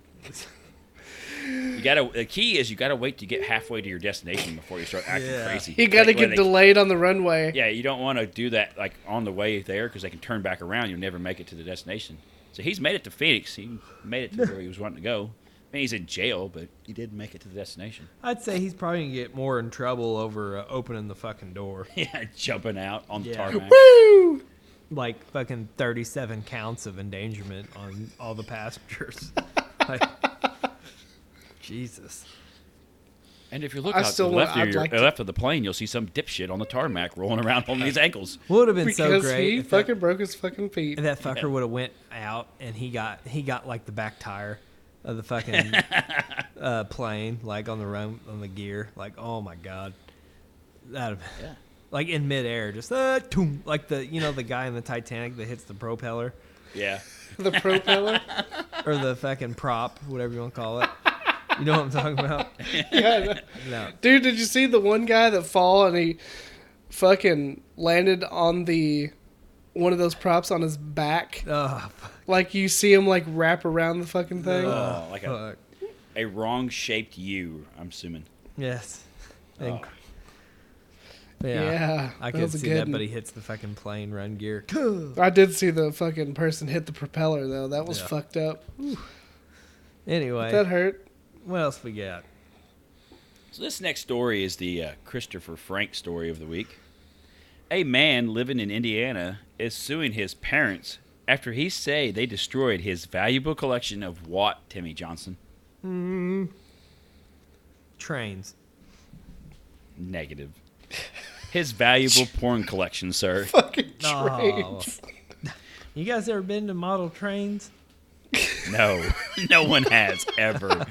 [SPEAKER 3] You gotta. The key is you gotta wait to get halfway to your destination before you start acting
[SPEAKER 1] Yeah.
[SPEAKER 3] crazy.
[SPEAKER 2] You got to
[SPEAKER 3] Like when
[SPEAKER 2] get
[SPEAKER 3] they-
[SPEAKER 2] delayed on the runway.
[SPEAKER 3] Yeah, you don't want to do that like on the way there because they can turn back around. You'll never make it to the destination. So he's made it to Phoenix. He made it to where he was wanting to go. I mean, he's in jail, but he did make it to the destination. [laughs]
[SPEAKER 1] I'd say he's probably gonna get more in trouble over uh, opening the fucking door,
[SPEAKER 3] Yeah, jumping out on the
[SPEAKER 1] Yeah.
[SPEAKER 3] tarmac.
[SPEAKER 2] Woo!
[SPEAKER 1] like fucking thirty-seven counts of endangerment on all the [laughs] passengers. like, Jesus.
[SPEAKER 3] And if you look
[SPEAKER 2] I
[SPEAKER 3] out to the
[SPEAKER 2] still want-
[SPEAKER 3] left of,
[SPEAKER 2] I'd
[SPEAKER 3] your, uh,
[SPEAKER 2] like to-
[SPEAKER 3] left of the plane, you'll see some dipshit on the tarmac rolling around on his ankles.
[SPEAKER 1] Well, it would have been so
[SPEAKER 2] Because
[SPEAKER 1] great
[SPEAKER 2] he
[SPEAKER 1] if that-
[SPEAKER 2] fucking broke his fucking feet.
[SPEAKER 1] if that fucker would have went out and he got he got like the back tire of the [laughs] fucking uh, plane, like on the run on the gear. Like, oh my god, that
[SPEAKER 3] Yeah.
[SPEAKER 1] like in midair, just uh, toom, like the you know the guy in the Titanic that hits the propeller
[SPEAKER 3] Yeah.
[SPEAKER 2] The
[SPEAKER 1] [laughs]
[SPEAKER 2] propeller.
[SPEAKER 1] or [laughs] the fucking prop, whatever you want to call it. You know what I'm talking [laughs] about?
[SPEAKER 2] Yeah.
[SPEAKER 1] No.
[SPEAKER 2] Dude, did you see the one guy that fall and he fucking landed on the one of those props on his back?
[SPEAKER 1] Oh, fuck.
[SPEAKER 2] Like you see him like wrap around the fucking thing.
[SPEAKER 1] Uh,
[SPEAKER 3] Oh, like a, a wrong shaped U, I'm assuming.
[SPEAKER 1] Yes. And-
[SPEAKER 3] Oh.
[SPEAKER 1] Yeah.
[SPEAKER 2] Yeah,
[SPEAKER 1] I
[SPEAKER 2] that
[SPEAKER 1] could
[SPEAKER 2] was a
[SPEAKER 1] see
[SPEAKER 2] good
[SPEAKER 1] that, but
[SPEAKER 2] one.
[SPEAKER 1] he hits the fucking plane run gear.
[SPEAKER 2] I did see the fucking person hit the propeller though. That was
[SPEAKER 1] Yeah.
[SPEAKER 2] fucked up.
[SPEAKER 1] Anyway,
[SPEAKER 2] That hurt. [laughs]
[SPEAKER 1] what else we got?
[SPEAKER 3] So this next story is the uh, Christopher Frank story of the week. A man living in Indiana is suing his parents after he say they destroyed his valuable collection of Watt Timmy Johnson.
[SPEAKER 1] trains.
[SPEAKER 3] Negative.
[SPEAKER 2] [laughs]
[SPEAKER 3] His valuable porn collection, sir.
[SPEAKER 2] Fucking
[SPEAKER 1] Oh.
[SPEAKER 2] trains.
[SPEAKER 1] You guys ever been to model trains?
[SPEAKER 3] No, no one has
[SPEAKER 2] [laughs]
[SPEAKER 3] ever.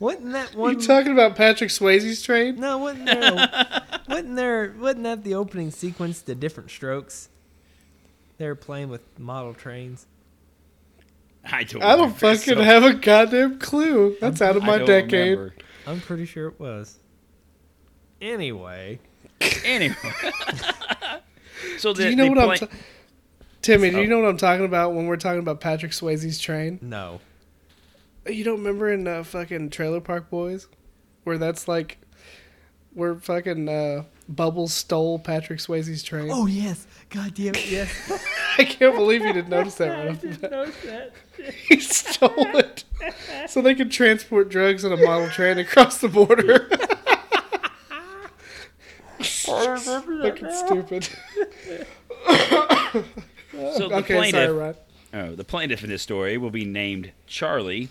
[SPEAKER 1] Wasn't that
[SPEAKER 2] You
[SPEAKER 1] one?
[SPEAKER 2] talking about Patrick Swayze's train?
[SPEAKER 1] no, wasn't there? wasn't there? Wasn't that the opening sequence to Different Strokes? They were playing with model trains.
[SPEAKER 3] I
[SPEAKER 1] Oh
[SPEAKER 3] don't.
[SPEAKER 2] I don't
[SPEAKER 3] remember,
[SPEAKER 2] fucking
[SPEAKER 3] so-
[SPEAKER 2] have a goddamn clue. That's out of
[SPEAKER 3] I
[SPEAKER 2] my
[SPEAKER 3] don't
[SPEAKER 2] decade.
[SPEAKER 3] remember.
[SPEAKER 1] I'm pretty sure it was. Anyway,
[SPEAKER 3] Anyway. [laughs] so
[SPEAKER 2] Do
[SPEAKER 3] they-
[SPEAKER 2] you know
[SPEAKER 3] they
[SPEAKER 2] what I'm?
[SPEAKER 3] play-
[SPEAKER 2] ta- Timmy, do
[SPEAKER 3] Oh.
[SPEAKER 2] you know what I'm talking about when we're talking about Patrick Swayze's train?
[SPEAKER 1] no.
[SPEAKER 2] You don't remember in uh, fucking Trailer Park Boys, where that's like, where fucking uh, Bubbles stole Patrick Swayze's train.
[SPEAKER 1] Oh yes, God damn it, yes.
[SPEAKER 2] I can't believe you didn't notice that. right off the [laughs] bat. He stole it, so they could transport drugs on a model train across the [laughs] border. Fucking stupid.
[SPEAKER 3] so the
[SPEAKER 2] [laughs] Okay,
[SPEAKER 3] plaintiff,
[SPEAKER 2] sorry, Ryan.
[SPEAKER 3] oh, the plaintiff in this story will be named Charlie,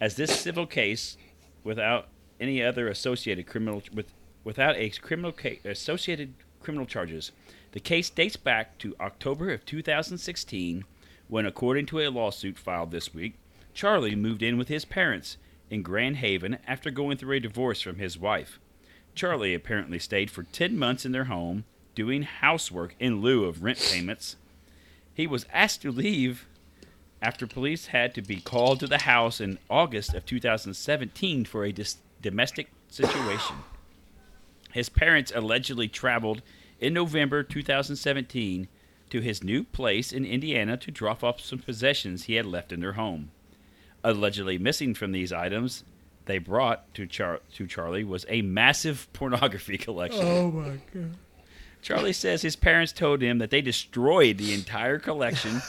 [SPEAKER 3] as this civil case, without any other associated criminal with without a criminal ca- associated criminal charges. The case dates back to October of 2016, when, according to a lawsuit filed this week, Charlie moved in with his parents in Grand Haven after going through a divorce from his wife. Charlie apparently stayed for 10 months in their home doing housework in lieu of rent payments. He was asked to leave after police had to be called to the house in August of 2017 for a dis- domestic situation. His parents allegedly traveled in November 2017 to his new place in Indiana to drop off some possessions he had left in their home. Allegedly missing from these items they brought to, Char- to Charlie was a massive [laughs] pornography collection.
[SPEAKER 2] Oh my god.
[SPEAKER 3] Charlie says his parents told him that they destroyed the entire collection,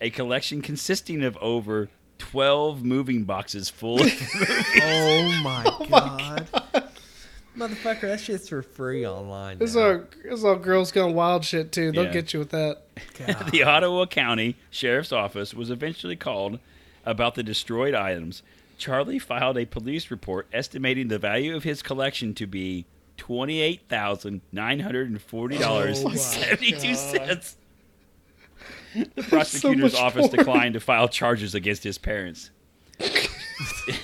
[SPEAKER 3] a collection consisting of over 12 moving boxes full. of-
[SPEAKER 1] [laughs] Oh my, god. Motherfucker, that shit's for free online.
[SPEAKER 2] This is
[SPEAKER 1] now.
[SPEAKER 2] all, this is all girls gone wild shit too. They'll
[SPEAKER 3] Yeah.
[SPEAKER 2] get you with that.
[SPEAKER 1] God.
[SPEAKER 3] the Ottawa County Sheriff's Office was eventually called about the destroyed items. Charlie filed a police report estimating the value of his collection to be $28,940.72. the prosecutor's
[SPEAKER 2] much
[SPEAKER 3] office
[SPEAKER 2] porn.
[SPEAKER 3] declined to file charges against his parents. [laughs]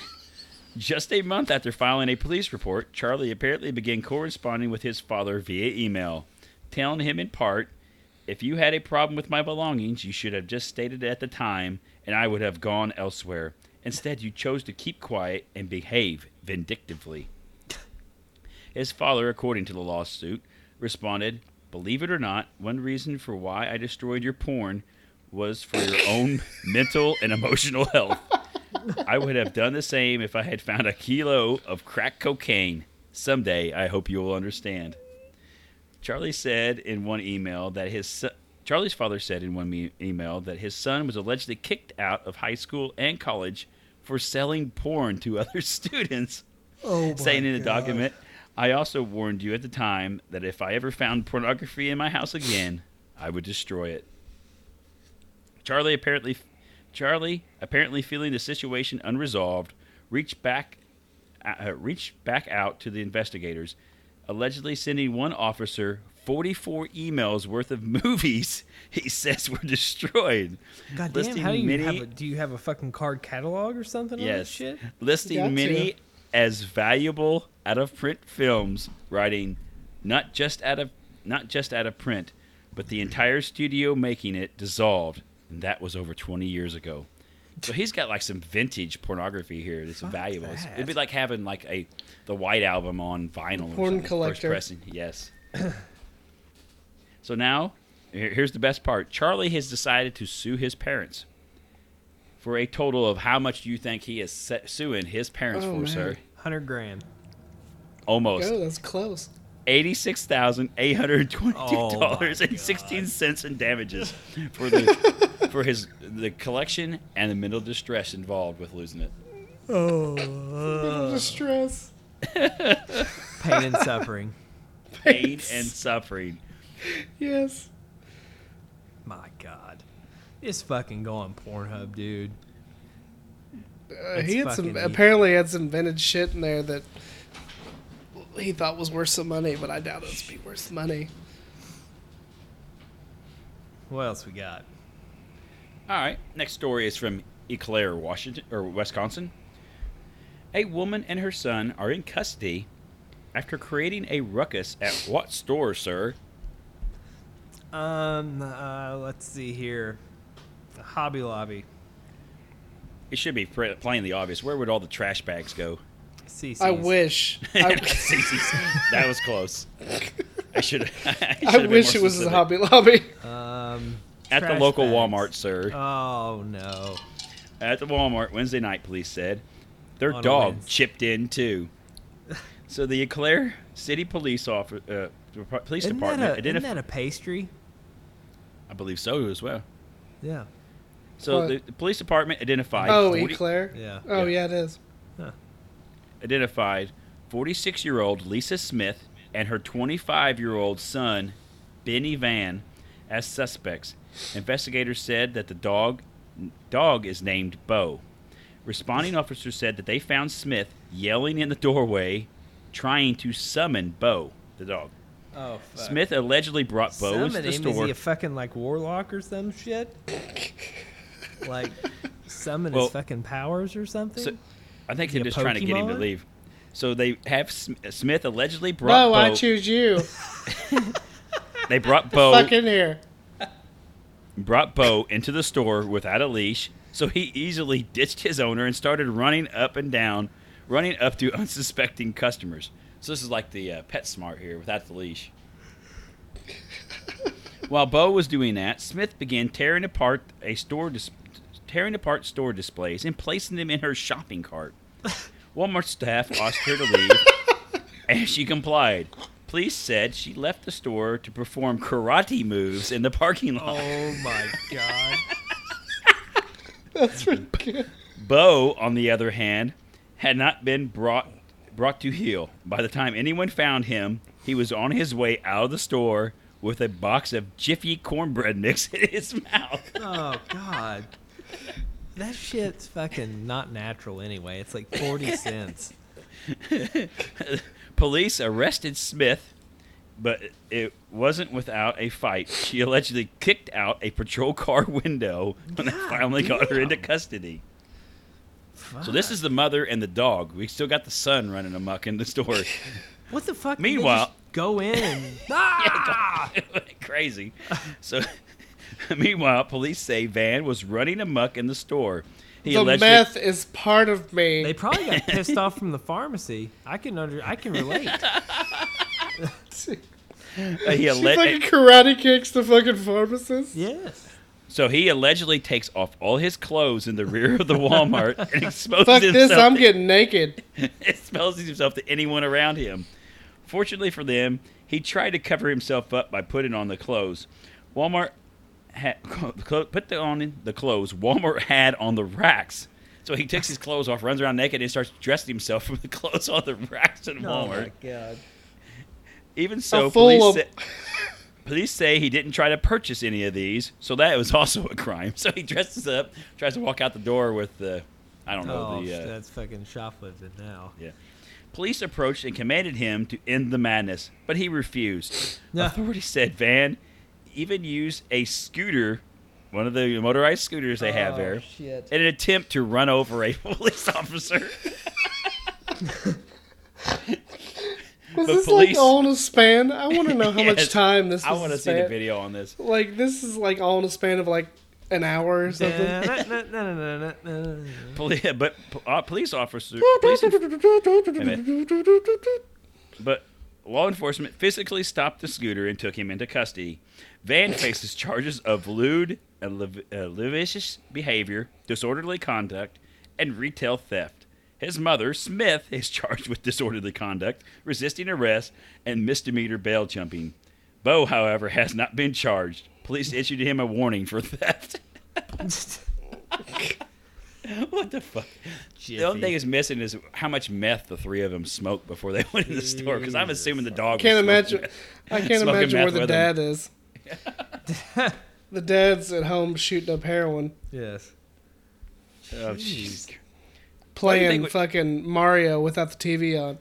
[SPEAKER 3] Just a month after filing a police report, Charlie apparently began corresponding with his father via email, telling him in part, If you had a problem with my belongings, you should have just stated it at the time, and I would have gone elsewhere. Instead, you chose to keep quiet and behave vindictively. His father, according to the lawsuit, responded, Believe it or not, one reason for why I destroyed your porn was for your own mental and emotional health. I would have done the same if I had found a kilo of crack cocaine. Someday, I hope you will understand. Charlie said in one email that his so- Charlie's father said in one me- email that his son was allegedly kicked out of high school and college for selling porn to other [laughs] students
[SPEAKER 1] [laughs] Oh
[SPEAKER 3] saying in the document, I also warned you at the time that if I ever found pornography in my house again, I would destroy it. Charlie apparently, Charlie apparently feeling the situation unresolved, reached back, uh, reached back out to the investigators, allegedly sending one officer 44 emails worth of [laughs] movies he says were destroyed.
[SPEAKER 1] God damn,
[SPEAKER 3] listing
[SPEAKER 1] how do you
[SPEAKER 3] many-
[SPEAKER 1] have a, do you have a fucking card catalog or something on that
[SPEAKER 3] Yes. [laughs]
[SPEAKER 1] shit?
[SPEAKER 3] Listing
[SPEAKER 2] Gotcha.
[SPEAKER 3] many as valuable out of print films, writing not just out of not just out of print, but the entire studio making it dissolved, and that was over 20 years ago. So he's got like some vintage pornography here that's
[SPEAKER 1] Fuck
[SPEAKER 3] valuable.
[SPEAKER 1] that.
[SPEAKER 3] It'd be like having like a the White Album on vinyl. or
[SPEAKER 2] Porn
[SPEAKER 3] something, first
[SPEAKER 2] collector.
[SPEAKER 3] pressing. Yes. so now, here- here's the best part. Charlie has decided to sue his parents for a total of how much do you think he is se- suing his parents
[SPEAKER 2] Oh,
[SPEAKER 3] for,
[SPEAKER 2] man.
[SPEAKER 3] sir?
[SPEAKER 1] 100 grand.
[SPEAKER 3] Almost
[SPEAKER 2] Oh, that's close.
[SPEAKER 3] eighty-six thousand eight hundred twenty-two dollars and sixteen
[SPEAKER 2] Oh,
[SPEAKER 3] cents
[SPEAKER 2] [laughs]
[SPEAKER 3] in damages for the for his the collection and the mental distress involved with losing it.
[SPEAKER 2] Mental distress.
[SPEAKER 1] Pain and suffering. [laughs]
[SPEAKER 3] Pain and suffering.
[SPEAKER 2] Yes.
[SPEAKER 1] My God. Just fucking go on Pornhub, dude.
[SPEAKER 2] Uh, he
[SPEAKER 1] It's
[SPEAKER 2] had some
[SPEAKER 1] fucking-
[SPEAKER 2] apparently had some vintage shit in there that he thought was worth some money, but I doubt it'd be worth money.
[SPEAKER 1] What else we got?
[SPEAKER 3] All right. Next story is from Eau Claire, Washington or Wisconsin. A woman and her son are in custody after creating a ruckus at what store, sir?
[SPEAKER 1] Um, uh, let's see here. Hobby Lobby.
[SPEAKER 3] It should be pre- plainly obvious. Where would all the trash bags go? [laughs]
[SPEAKER 1] CC's.
[SPEAKER 2] I wish. I,
[SPEAKER 3] CC's. that was close. I should. [laughs] I,
[SPEAKER 2] [laughs] I
[SPEAKER 3] should've been
[SPEAKER 2] wish
[SPEAKER 3] more
[SPEAKER 2] it was the
[SPEAKER 3] specific.
[SPEAKER 2] Hobby Lobby.
[SPEAKER 1] Um,
[SPEAKER 3] At the
[SPEAKER 1] trash
[SPEAKER 3] local
[SPEAKER 1] bags.
[SPEAKER 3] Walmart, sir.
[SPEAKER 1] Oh no.
[SPEAKER 3] At the Walmart Wednesday night, police said their
[SPEAKER 1] On a
[SPEAKER 3] dog
[SPEAKER 1] Wednesday.
[SPEAKER 3] chipped in too. So the Eau Claire City Police Officer, uh, Dep- Police
[SPEAKER 1] Isn't that,
[SPEAKER 3] Department,
[SPEAKER 1] a, isn't
[SPEAKER 3] identif-
[SPEAKER 1] that a pastry?
[SPEAKER 3] I believe so as well.
[SPEAKER 1] Yeah.
[SPEAKER 3] So
[SPEAKER 2] What?
[SPEAKER 3] the, the police department identified
[SPEAKER 2] [laughs] Oh,
[SPEAKER 3] 40
[SPEAKER 2] Eclair.
[SPEAKER 1] Yeah.
[SPEAKER 2] Oh yeah,
[SPEAKER 3] Yeah.
[SPEAKER 2] it is.
[SPEAKER 3] identified 46-year-old Lisa Smith and her 25-year-old son Benny Van as suspects. Investigators said that the dog dog is named Bo. Responding officers said that they found Smith yelling in the doorway, trying to summon Bo, the dog.
[SPEAKER 1] Oh. Fuck.
[SPEAKER 3] Smith allegedly brought Bo
[SPEAKER 1] Summon
[SPEAKER 3] into the
[SPEAKER 1] him? Is
[SPEAKER 3] store.
[SPEAKER 1] he a fucking like warlock or some
[SPEAKER 3] [laughs]
[SPEAKER 1] shit? like summon
[SPEAKER 3] Well-
[SPEAKER 1] his fucking powers or something?
[SPEAKER 3] So, I think
[SPEAKER 1] Is he
[SPEAKER 3] they're
[SPEAKER 1] a
[SPEAKER 3] just trying to get him to
[SPEAKER 1] Pokemon?
[SPEAKER 3] leave. So they have Sm- Smith allegedly brought
[SPEAKER 2] Bo,
[SPEAKER 3] Bo.
[SPEAKER 2] I choose
[SPEAKER 3] [laughs]
[SPEAKER 2] you.
[SPEAKER 1] [laughs]
[SPEAKER 3] they brought Bo
[SPEAKER 2] Fuck in here.
[SPEAKER 3] brought Bo into the store without a leash, so he easily ditched his owner and started running up and down, running up to [laughs] unsuspecting customers. So this is like the uh, PetSmart here without the leash. While Bo was doing that, Smith began tearing apart a store dis- tearing apart store displays and placing them in her shopping cart. Walmart staff asked her to leave, and she complied. Police said she left the store to perform karate moves in the parking lot.
[SPEAKER 1] oh my god.
[SPEAKER 2] That's ridiculous.
[SPEAKER 3] Bo, on the other hand, had not been brought brought to heel. By the time anyone found him, he was on his way out of the store with a box of Jiffy cornbread mix [laughs] in his mouth.
[SPEAKER 1] Oh god. That shit's fucking not natural anyway. It's like
[SPEAKER 3] [laughs]
[SPEAKER 1] 40 cents.
[SPEAKER 3] Police arrested Smith, but it wasn't without a fight. She allegedly kicked out a patrol car window when they
[SPEAKER 1] God
[SPEAKER 3] finally got her into
[SPEAKER 1] damn.
[SPEAKER 3] custody. So this is the mother and the dog. We still got the son running amok in
[SPEAKER 1] [laughs]
[SPEAKER 3] the store.
[SPEAKER 1] What the fuck? they
[SPEAKER 3] Meanwhile-
[SPEAKER 1] just go
[SPEAKER 3] [laughs]
[SPEAKER 1] in.
[SPEAKER 3] Yeah, go- [laughs] crazy. So, [laughs] meanwhile, police say Van was running amok in the store. He
[SPEAKER 2] The
[SPEAKER 3] allegedly,
[SPEAKER 2] meth is part of me. [laughs]
[SPEAKER 1] They probably got pissed off from the pharmacy. I can under I can
[SPEAKER 3] [laughs]
[SPEAKER 1] relate.
[SPEAKER 2] she [laughs]
[SPEAKER 3] uh, he alle-
[SPEAKER 2] fucking karate kicks the fucking pharmacist.
[SPEAKER 1] Yes.
[SPEAKER 3] so he allegedly takes off all his clothes in the rear of the Walmart
[SPEAKER 2] [laughs]
[SPEAKER 3] and exposes
[SPEAKER 2] Fuck
[SPEAKER 3] himself.
[SPEAKER 2] this, I'm getting
[SPEAKER 3] [laughs]
[SPEAKER 2] naked.
[SPEAKER 3] exposes himself to anyone around him. Fortunately for them, he tried to cover himself up by putting on the clothes. Walmart had [laughs] clo- put the, on the clothes Walmart had on the racks. So he takes his clothes off, runs around naked, and starts dressing himself [laughs] from the clothes on the racks in Walmart.
[SPEAKER 1] Oh god.
[SPEAKER 3] Even so,
[SPEAKER 2] full
[SPEAKER 3] police,
[SPEAKER 2] of-
[SPEAKER 3] sa- police say he didn't try to purchase any of these, so that was [laughs] also a crime. So he dresses up, tries to walk out the door with the, I don't know,
[SPEAKER 1] Oh,
[SPEAKER 3] the uh,
[SPEAKER 1] that's fucking shoplifting now.
[SPEAKER 3] Yeah. Police approached and commanded him to end the madness, but he refused.
[SPEAKER 1] No.
[SPEAKER 3] Authorities said Van even used a scooter, one of the motorized scooters they have
[SPEAKER 1] Oh,
[SPEAKER 3] there,
[SPEAKER 1] shit.
[SPEAKER 3] in an attempt to run over a [laughs] police officer.
[SPEAKER 2] Was
[SPEAKER 3] The
[SPEAKER 2] this
[SPEAKER 3] police-
[SPEAKER 2] like all in a span? I want to know
[SPEAKER 3] [laughs]
[SPEAKER 2] how much
[SPEAKER 3] Yes.
[SPEAKER 2] time this.
[SPEAKER 3] I
[SPEAKER 2] was
[SPEAKER 3] want to see
[SPEAKER 2] span.
[SPEAKER 3] the video on this.
[SPEAKER 2] Like this is like all in a span of like an hour or
[SPEAKER 1] [laughs]
[SPEAKER 2] something.
[SPEAKER 1] That's
[SPEAKER 3] Poli- but uh,
[SPEAKER 1] [laughs]
[SPEAKER 3] police officer, police, [laughs] but law enforcement physically stopped the scooter and took him into custody. Van faces charges of lewd and lav- uh, lascivious behavior, disorderly conduct, and retail theft. His mother, Smith, is charged with disorderly conduct, resisting arrest, and misdemeanor bail jumping. Bo, however, has not been charged. Police issued him a warning for [laughs] theft. what the fuck? The only thing is missing is how much meth the three of them smoked before they [laughs] went in the store. Because I'm assuming the dog. was
[SPEAKER 2] Can't
[SPEAKER 3] smoking
[SPEAKER 2] imagine.
[SPEAKER 3] meth.
[SPEAKER 2] I can't
[SPEAKER 3] Smoking
[SPEAKER 2] imagine
[SPEAKER 3] meth
[SPEAKER 2] where the
[SPEAKER 3] with 'em.
[SPEAKER 2] dad is.
[SPEAKER 3] [laughs]
[SPEAKER 2] the dad's at home shooting up heroin.
[SPEAKER 1] yes.
[SPEAKER 3] Oh, jeez.
[SPEAKER 2] playing
[SPEAKER 3] think we-
[SPEAKER 2] fucking Mario without the TV on.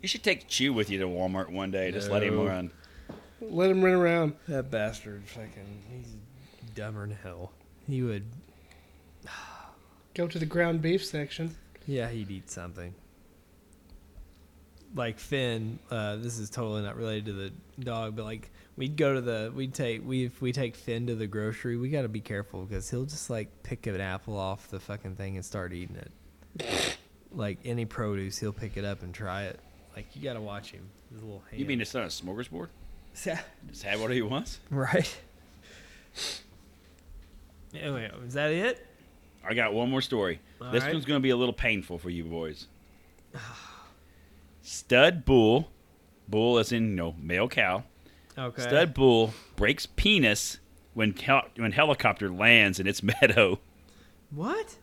[SPEAKER 3] You should take Chew with you to Walmart one day. Just let him
[SPEAKER 1] No.
[SPEAKER 3] run.
[SPEAKER 2] Let him run around.
[SPEAKER 1] That bastard, fucking, he's dumber than hell. He would,
[SPEAKER 2] Go to the ground beef section.
[SPEAKER 1] yeah, he'd eat something. Like Finn, uh, this is totally not related to the dog, but like we'd go to the, we'd take, we if we take Finn to the grocery, we got to be careful because he'll just like pick an apple off the fucking thing and start eating it.
[SPEAKER 3] [laughs]
[SPEAKER 1] like any produce, he'll pick it up and try it. Like you got to watch him. His little hand.
[SPEAKER 3] You mean it's not a smorgasbord?
[SPEAKER 1] [laughs]
[SPEAKER 3] Just have what he wants.
[SPEAKER 1] Right. Anyway, is that it?
[SPEAKER 3] I got one more story.
[SPEAKER 1] All
[SPEAKER 3] this
[SPEAKER 1] right.
[SPEAKER 3] one's going to be a little painful for you boys. Stud bull, bull as in you know male cow.
[SPEAKER 1] Okay.
[SPEAKER 3] Stud bull breaks penis when hel- when helicopter lands in its meadow.
[SPEAKER 1] What?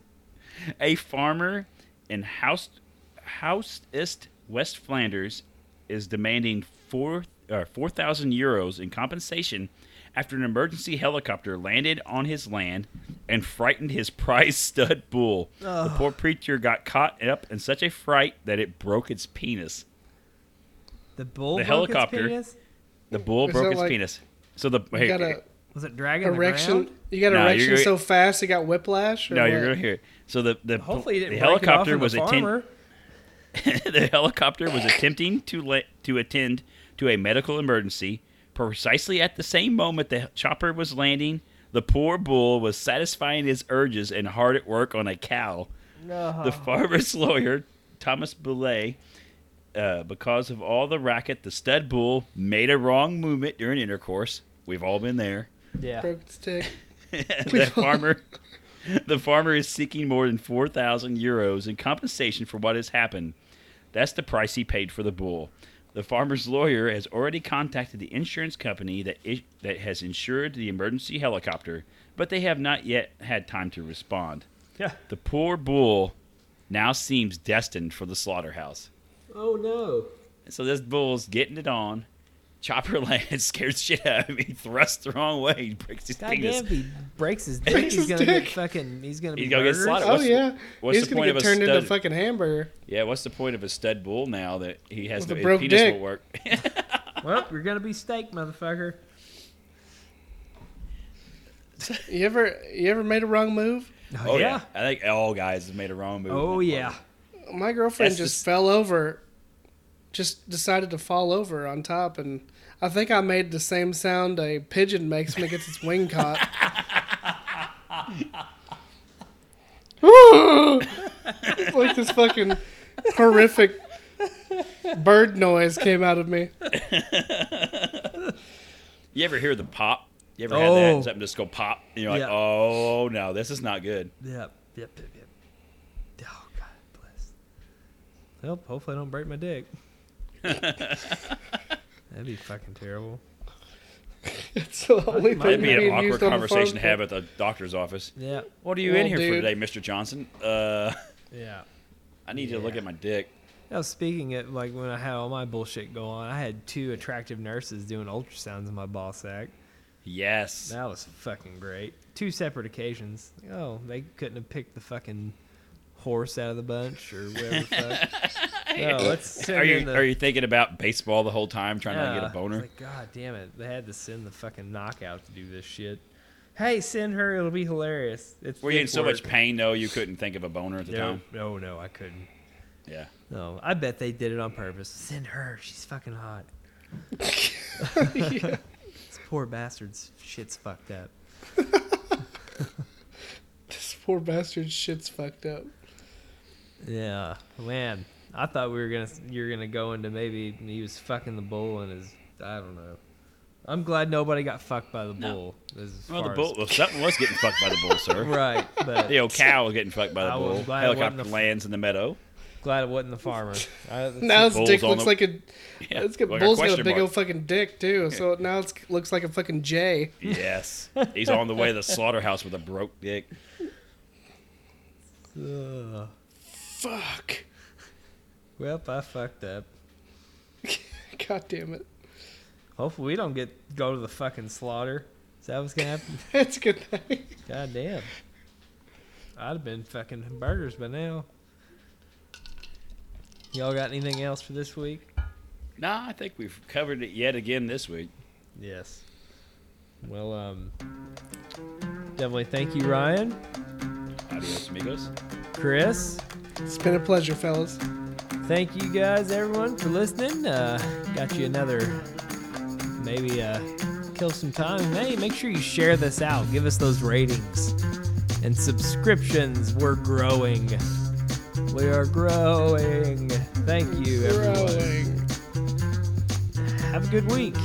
[SPEAKER 3] A farmer in House Housest West Flanders is demanding four uh, four thousand euros in compensation after an emergency helicopter landed on his land and frightened his prize stud bull. The poor preacher got caught up in such a fright that it broke its penis.
[SPEAKER 1] The bull.
[SPEAKER 3] The
[SPEAKER 1] broke its
[SPEAKER 3] helicopter.
[SPEAKER 1] penis?
[SPEAKER 3] The bull
[SPEAKER 2] Is
[SPEAKER 3] broke
[SPEAKER 2] that
[SPEAKER 3] its
[SPEAKER 2] like-
[SPEAKER 3] penis. So the
[SPEAKER 2] You
[SPEAKER 3] hey,
[SPEAKER 2] got a
[SPEAKER 1] Was it dragging the
[SPEAKER 2] erection.
[SPEAKER 1] ground?
[SPEAKER 2] You got
[SPEAKER 3] No,
[SPEAKER 2] an
[SPEAKER 3] you're
[SPEAKER 2] erection so
[SPEAKER 3] gonna-
[SPEAKER 2] fast it got whiplash. Or
[SPEAKER 3] no, you're
[SPEAKER 2] what?
[SPEAKER 3] gonna hear it. So the the,
[SPEAKER 1] Hopefully, it didn't
[SPEAKER 3] the
[SPEAKER 1] break it off
[SPEAKER 3] helicopter
[SPEAKER 1] in
[SPEAKER 3] was
[SPEAKER 1] the
[SPEAKER 3] attending.
[SPEAKER 1] farmer.
[SPEAKER 3] [laughs] the helicopter was attempting to la- to attend to a medical emergency. Precisely at the same moment the chopper was landing, the poor bull was satisfying his urges and hard at work on a cow. The farmer's [laughs] lawyer, Thomas Belay, uh, because of all the racket, the stud bull made a wrong movement during intercourse. We've all been there.
[SPEAKER 1] Yeah.
[SPEAKER 2] Broke its
[SPEAKER 3] [laughs]
[SPEAKER 2] dick.
[SPEAKER 1] [laughs]
[SPEAKER 3] the farmer the farmer is seeking more than 4000 euros in compensation for what has happened that's the price he paid for the bull the farmer's lawyer has already contacted the insurance company that is, that has insured the emergency helicopter but they have not yet had time to respond
[SPEAKER 1] Yeah.
[SPEAKER 3] the poor bull now seems destined for the slaughterhouse
[SPEAKER 1] Oh no.
[SPEAKER 3] so this bull's getting it on Chopper [laughs] lands, scares the shit out of me, thrusts the wrong way, breaks his penis.
[SPEAKER 1] Goddamn! if He breaks his dick.
[SPEAKER 2] Breaks
[SPEAKER 1] he's
[SPEAKER 2] his
[SPEAKER 1] gonna
[SPEAKER 2] dick.
[SPEAKER 1] get fucking. He's gonna be.
[SPEAKER 3] He's gonna get
[SPEAKER 1] murdered.
[SPEAKER 3] slaughtered.
[SPEAKER 2] Oh
[SPEAKER 3] What's the-
[SPEAKER 2] yeah.
[SPEAKER 3] what's
[SPEAKER 2] He's
[SPEAKER 3] the
[SPEAKER 2] gonna
[SPEAKER 3] point
[SPEAKER 2] get
[SPEAKER 3] of a
[SPEAKER 2] turned into a
[SPEAKER 3] stud?
[SPEAKER 2] fucking hamburger.
[SPEAKER 3] Yeah, what's the point of a stud bull now that he has
[SPEAKER 2] With
[SPEAKER 3] no
[SPEAKER 2] a
[SPEAKER 3] his
[SPEAKER 2] broke
[SPEAKER 3] penis
[SPEAKER 2] dick.
[SPEAKER 3] won't work?
[SPEAKER 1] Well, you're gonna be staked, motherfucker.
[SPEAKER 2] You ever you ever made a wrong move?
[SPEAKER 3] [laughs] oh yeah. I think all guys have made a wrong move.
[SPEAKER 1] Oh yeah.
[SPEAKER 2] My girlfriend
[SPEAKER 3] That's
[SPEAKER 2] just
[SPEAKER 3] just-
[SPEAKER 2] fell over. Just decided to fall over on top, and I think I made the same sound a pigeon makes when it gets its wing
[SPEAKER 3] [laughs]
[SPEAKER 2] caught. [laughs] like this fucking horrific bird noise came out of me.
[SPEAKER 3] You ever hear the pop? You ever had
[SPEAKER 1] Oh.
[SPEAKER 3] that? Something just go pop, and you're like,
[SPEAKER 1] Yeah.
[SPEAKER 3] oh no, this is not good.
[SPEAKER 1] Yep. Yep. Yep. Yep. Oh God bless. Well, hopefully I don't break my
[SPEAKER 3] [laughs]
[SPEAKER 1] dick. That'd be fucking terrible.
[SPEAKER 2] It's the only thing
[SPEAKER 3] That'd be an
[SPEAKER 2] being
[SPEAKER 3] awkward
[SPEAKER 2] used on the
[SPEAKER 3] conversation to
[SPEAKER 2] farm.
[SPEAKER 3] have at the doctor's office.
[SPEAKER 1] Yeah.
[SPEAKER 3] What are you
[SPEAKER 2] Well,
[SPEAKER 3] in here for
[SPEAKER 2] dude.
[SPEAKER 3] today, Mr. Johnson? Uh, [laughs]
[SPEAKER 1] Yeah.
[SPEAKER 3] I need you to look
[SPEAKER 1] Yeah.
[SPEAKER 3] at my dick.
[SPEAKER 1] Now, speaking of like when I had all my bullshit go on, I had two attractive nurses doing ultrasounds in my ball sack.
[SPEAKER 3] Yes.
[SPEAKER 1] That was fucking great. Two separate occasions. Oh, they couldn't have picked the fucking horse out of the bunch or whatever. the
[SPEAKER 3] [laughs]
[SPEAKER 1] fuck. No, let's send
[SPEAKER 3] are
[SPEAKER 1] in
[SPEAKER 3] you
[SPEAKER 1] the,
[SPEAKER 3] are you thinking about baseball the whole time, trying not to get
[SPEAKER 1] Yeah.
[SPEAKER 3] a
[SPEAKER 1] It's
[SPEAKER 3] boner?
[SPEAKER 1] like, God damn it! They had to send the fucking knockout to do this shit. Hey, send her. It'll be hilarious. It's
[SPEAKER 3] Were you in
[SPEAKER 1] dick
[SPEAKER 3] so much
[SPEAKER 1] work.
[SPEAKER 3] pain though you couldn't think of a boner at the
[SPEAKER 1] No,
[SPEAKER 3] time?
[SPEAKER 1] no, no, I couldn't.
[SPEAKER 3] Yeah.
[SPEAKER 1] No, I bet they did it on purpose. Send her. She's fucking hot. [laughs] This poor bastard's shit's fucked up.
[SPEAKER 2] This poor bastard shit's fucked up.
[SPEAKER 1] Yeah, man. I thought we were gonna you're gonna go into maybe he was fucking the bull and his I don't know. I'm glad nobody got fucked by the bull. as
[SPEAKER 3] Well, the
[SPEAKER 1] far as-
[SPEAKER 3] bull. Well, something was getting fucked by the bull, sir. [laughs]
[SPEAKER 1] right? But
[SPEAKER 3] The old cow was getting fucked by the
[SPEAKER 1] [laughs] I was
[SPEAKER 3] bull.
[SPEAKER 1] glad it
[SPEAKER 3] Helicopter
[SPEAKER 1] wasn't a-
[SPEAKER 3] lands in the meadow.
[SPEAKER 1] glad it wasn't the farmer. I,
[SPEAKER 2] Now his
[SPEAKER 3] Bull's
[SPEAKER 2] dick
[SPEAKER 3] on
[SPEAKER 2] looks
[SPEAKER 3] the-
[SPEAKER 2] like a
[SPEAKER 3] [laughs] Yeah,
[SPEAKER 2] It's got,
[SPEAKER 3] like
[SPEAKER 2] Bull's got a
[SPEAKER 3] question
[SPEAKER 2] big
[SPEAKER 3] mark.
[SPEAKER 2] old fucking dick too, so now it looks like a fucking J. [laughs]
[SPEAKER 3] Yes, he's on the way to the slaughterhouse with a broke dick.
[SPEAKER 1] Ugh.
[SPEAKER 2] Fuck.
[SPEAKER 1] well, I fucked up.
[SPEAKER 2] God damn it. [laughs]
[SPEAKER 1] Hopefully, we don't get go to the
[SPEAKER 2] [laughs]
[SPEAKER 1] fucking slaughter. Is that what's gonna happen?
[SPEAKER 2] That's a good thing.
[SPEAKER 1] God damn. I'd have been fucking burgers by now. Y'all got anything else for this week?
[SPEAKER 3] Nah, I think we've covered it yet again this week.
[SPEAKER 1] Yes. Well, um, definitely thank you, Ryan,
[SPEAKER 3] Adios, amigos.
[SPEAKER 1] Chris.
[SPEAKER 2] It's been a pleasure, fellas.
[SPEAKER 1] Thank you guys, everyone, for listening. Uh, got you another, maybe uh, kill some time. Hey, make sure you share this out. Give us those ratings and subscriptions. We're growing. We are growing. Thank you, everyone.
[SPEAKER 2] Growing.
[SPEAKER 1] Have a good week.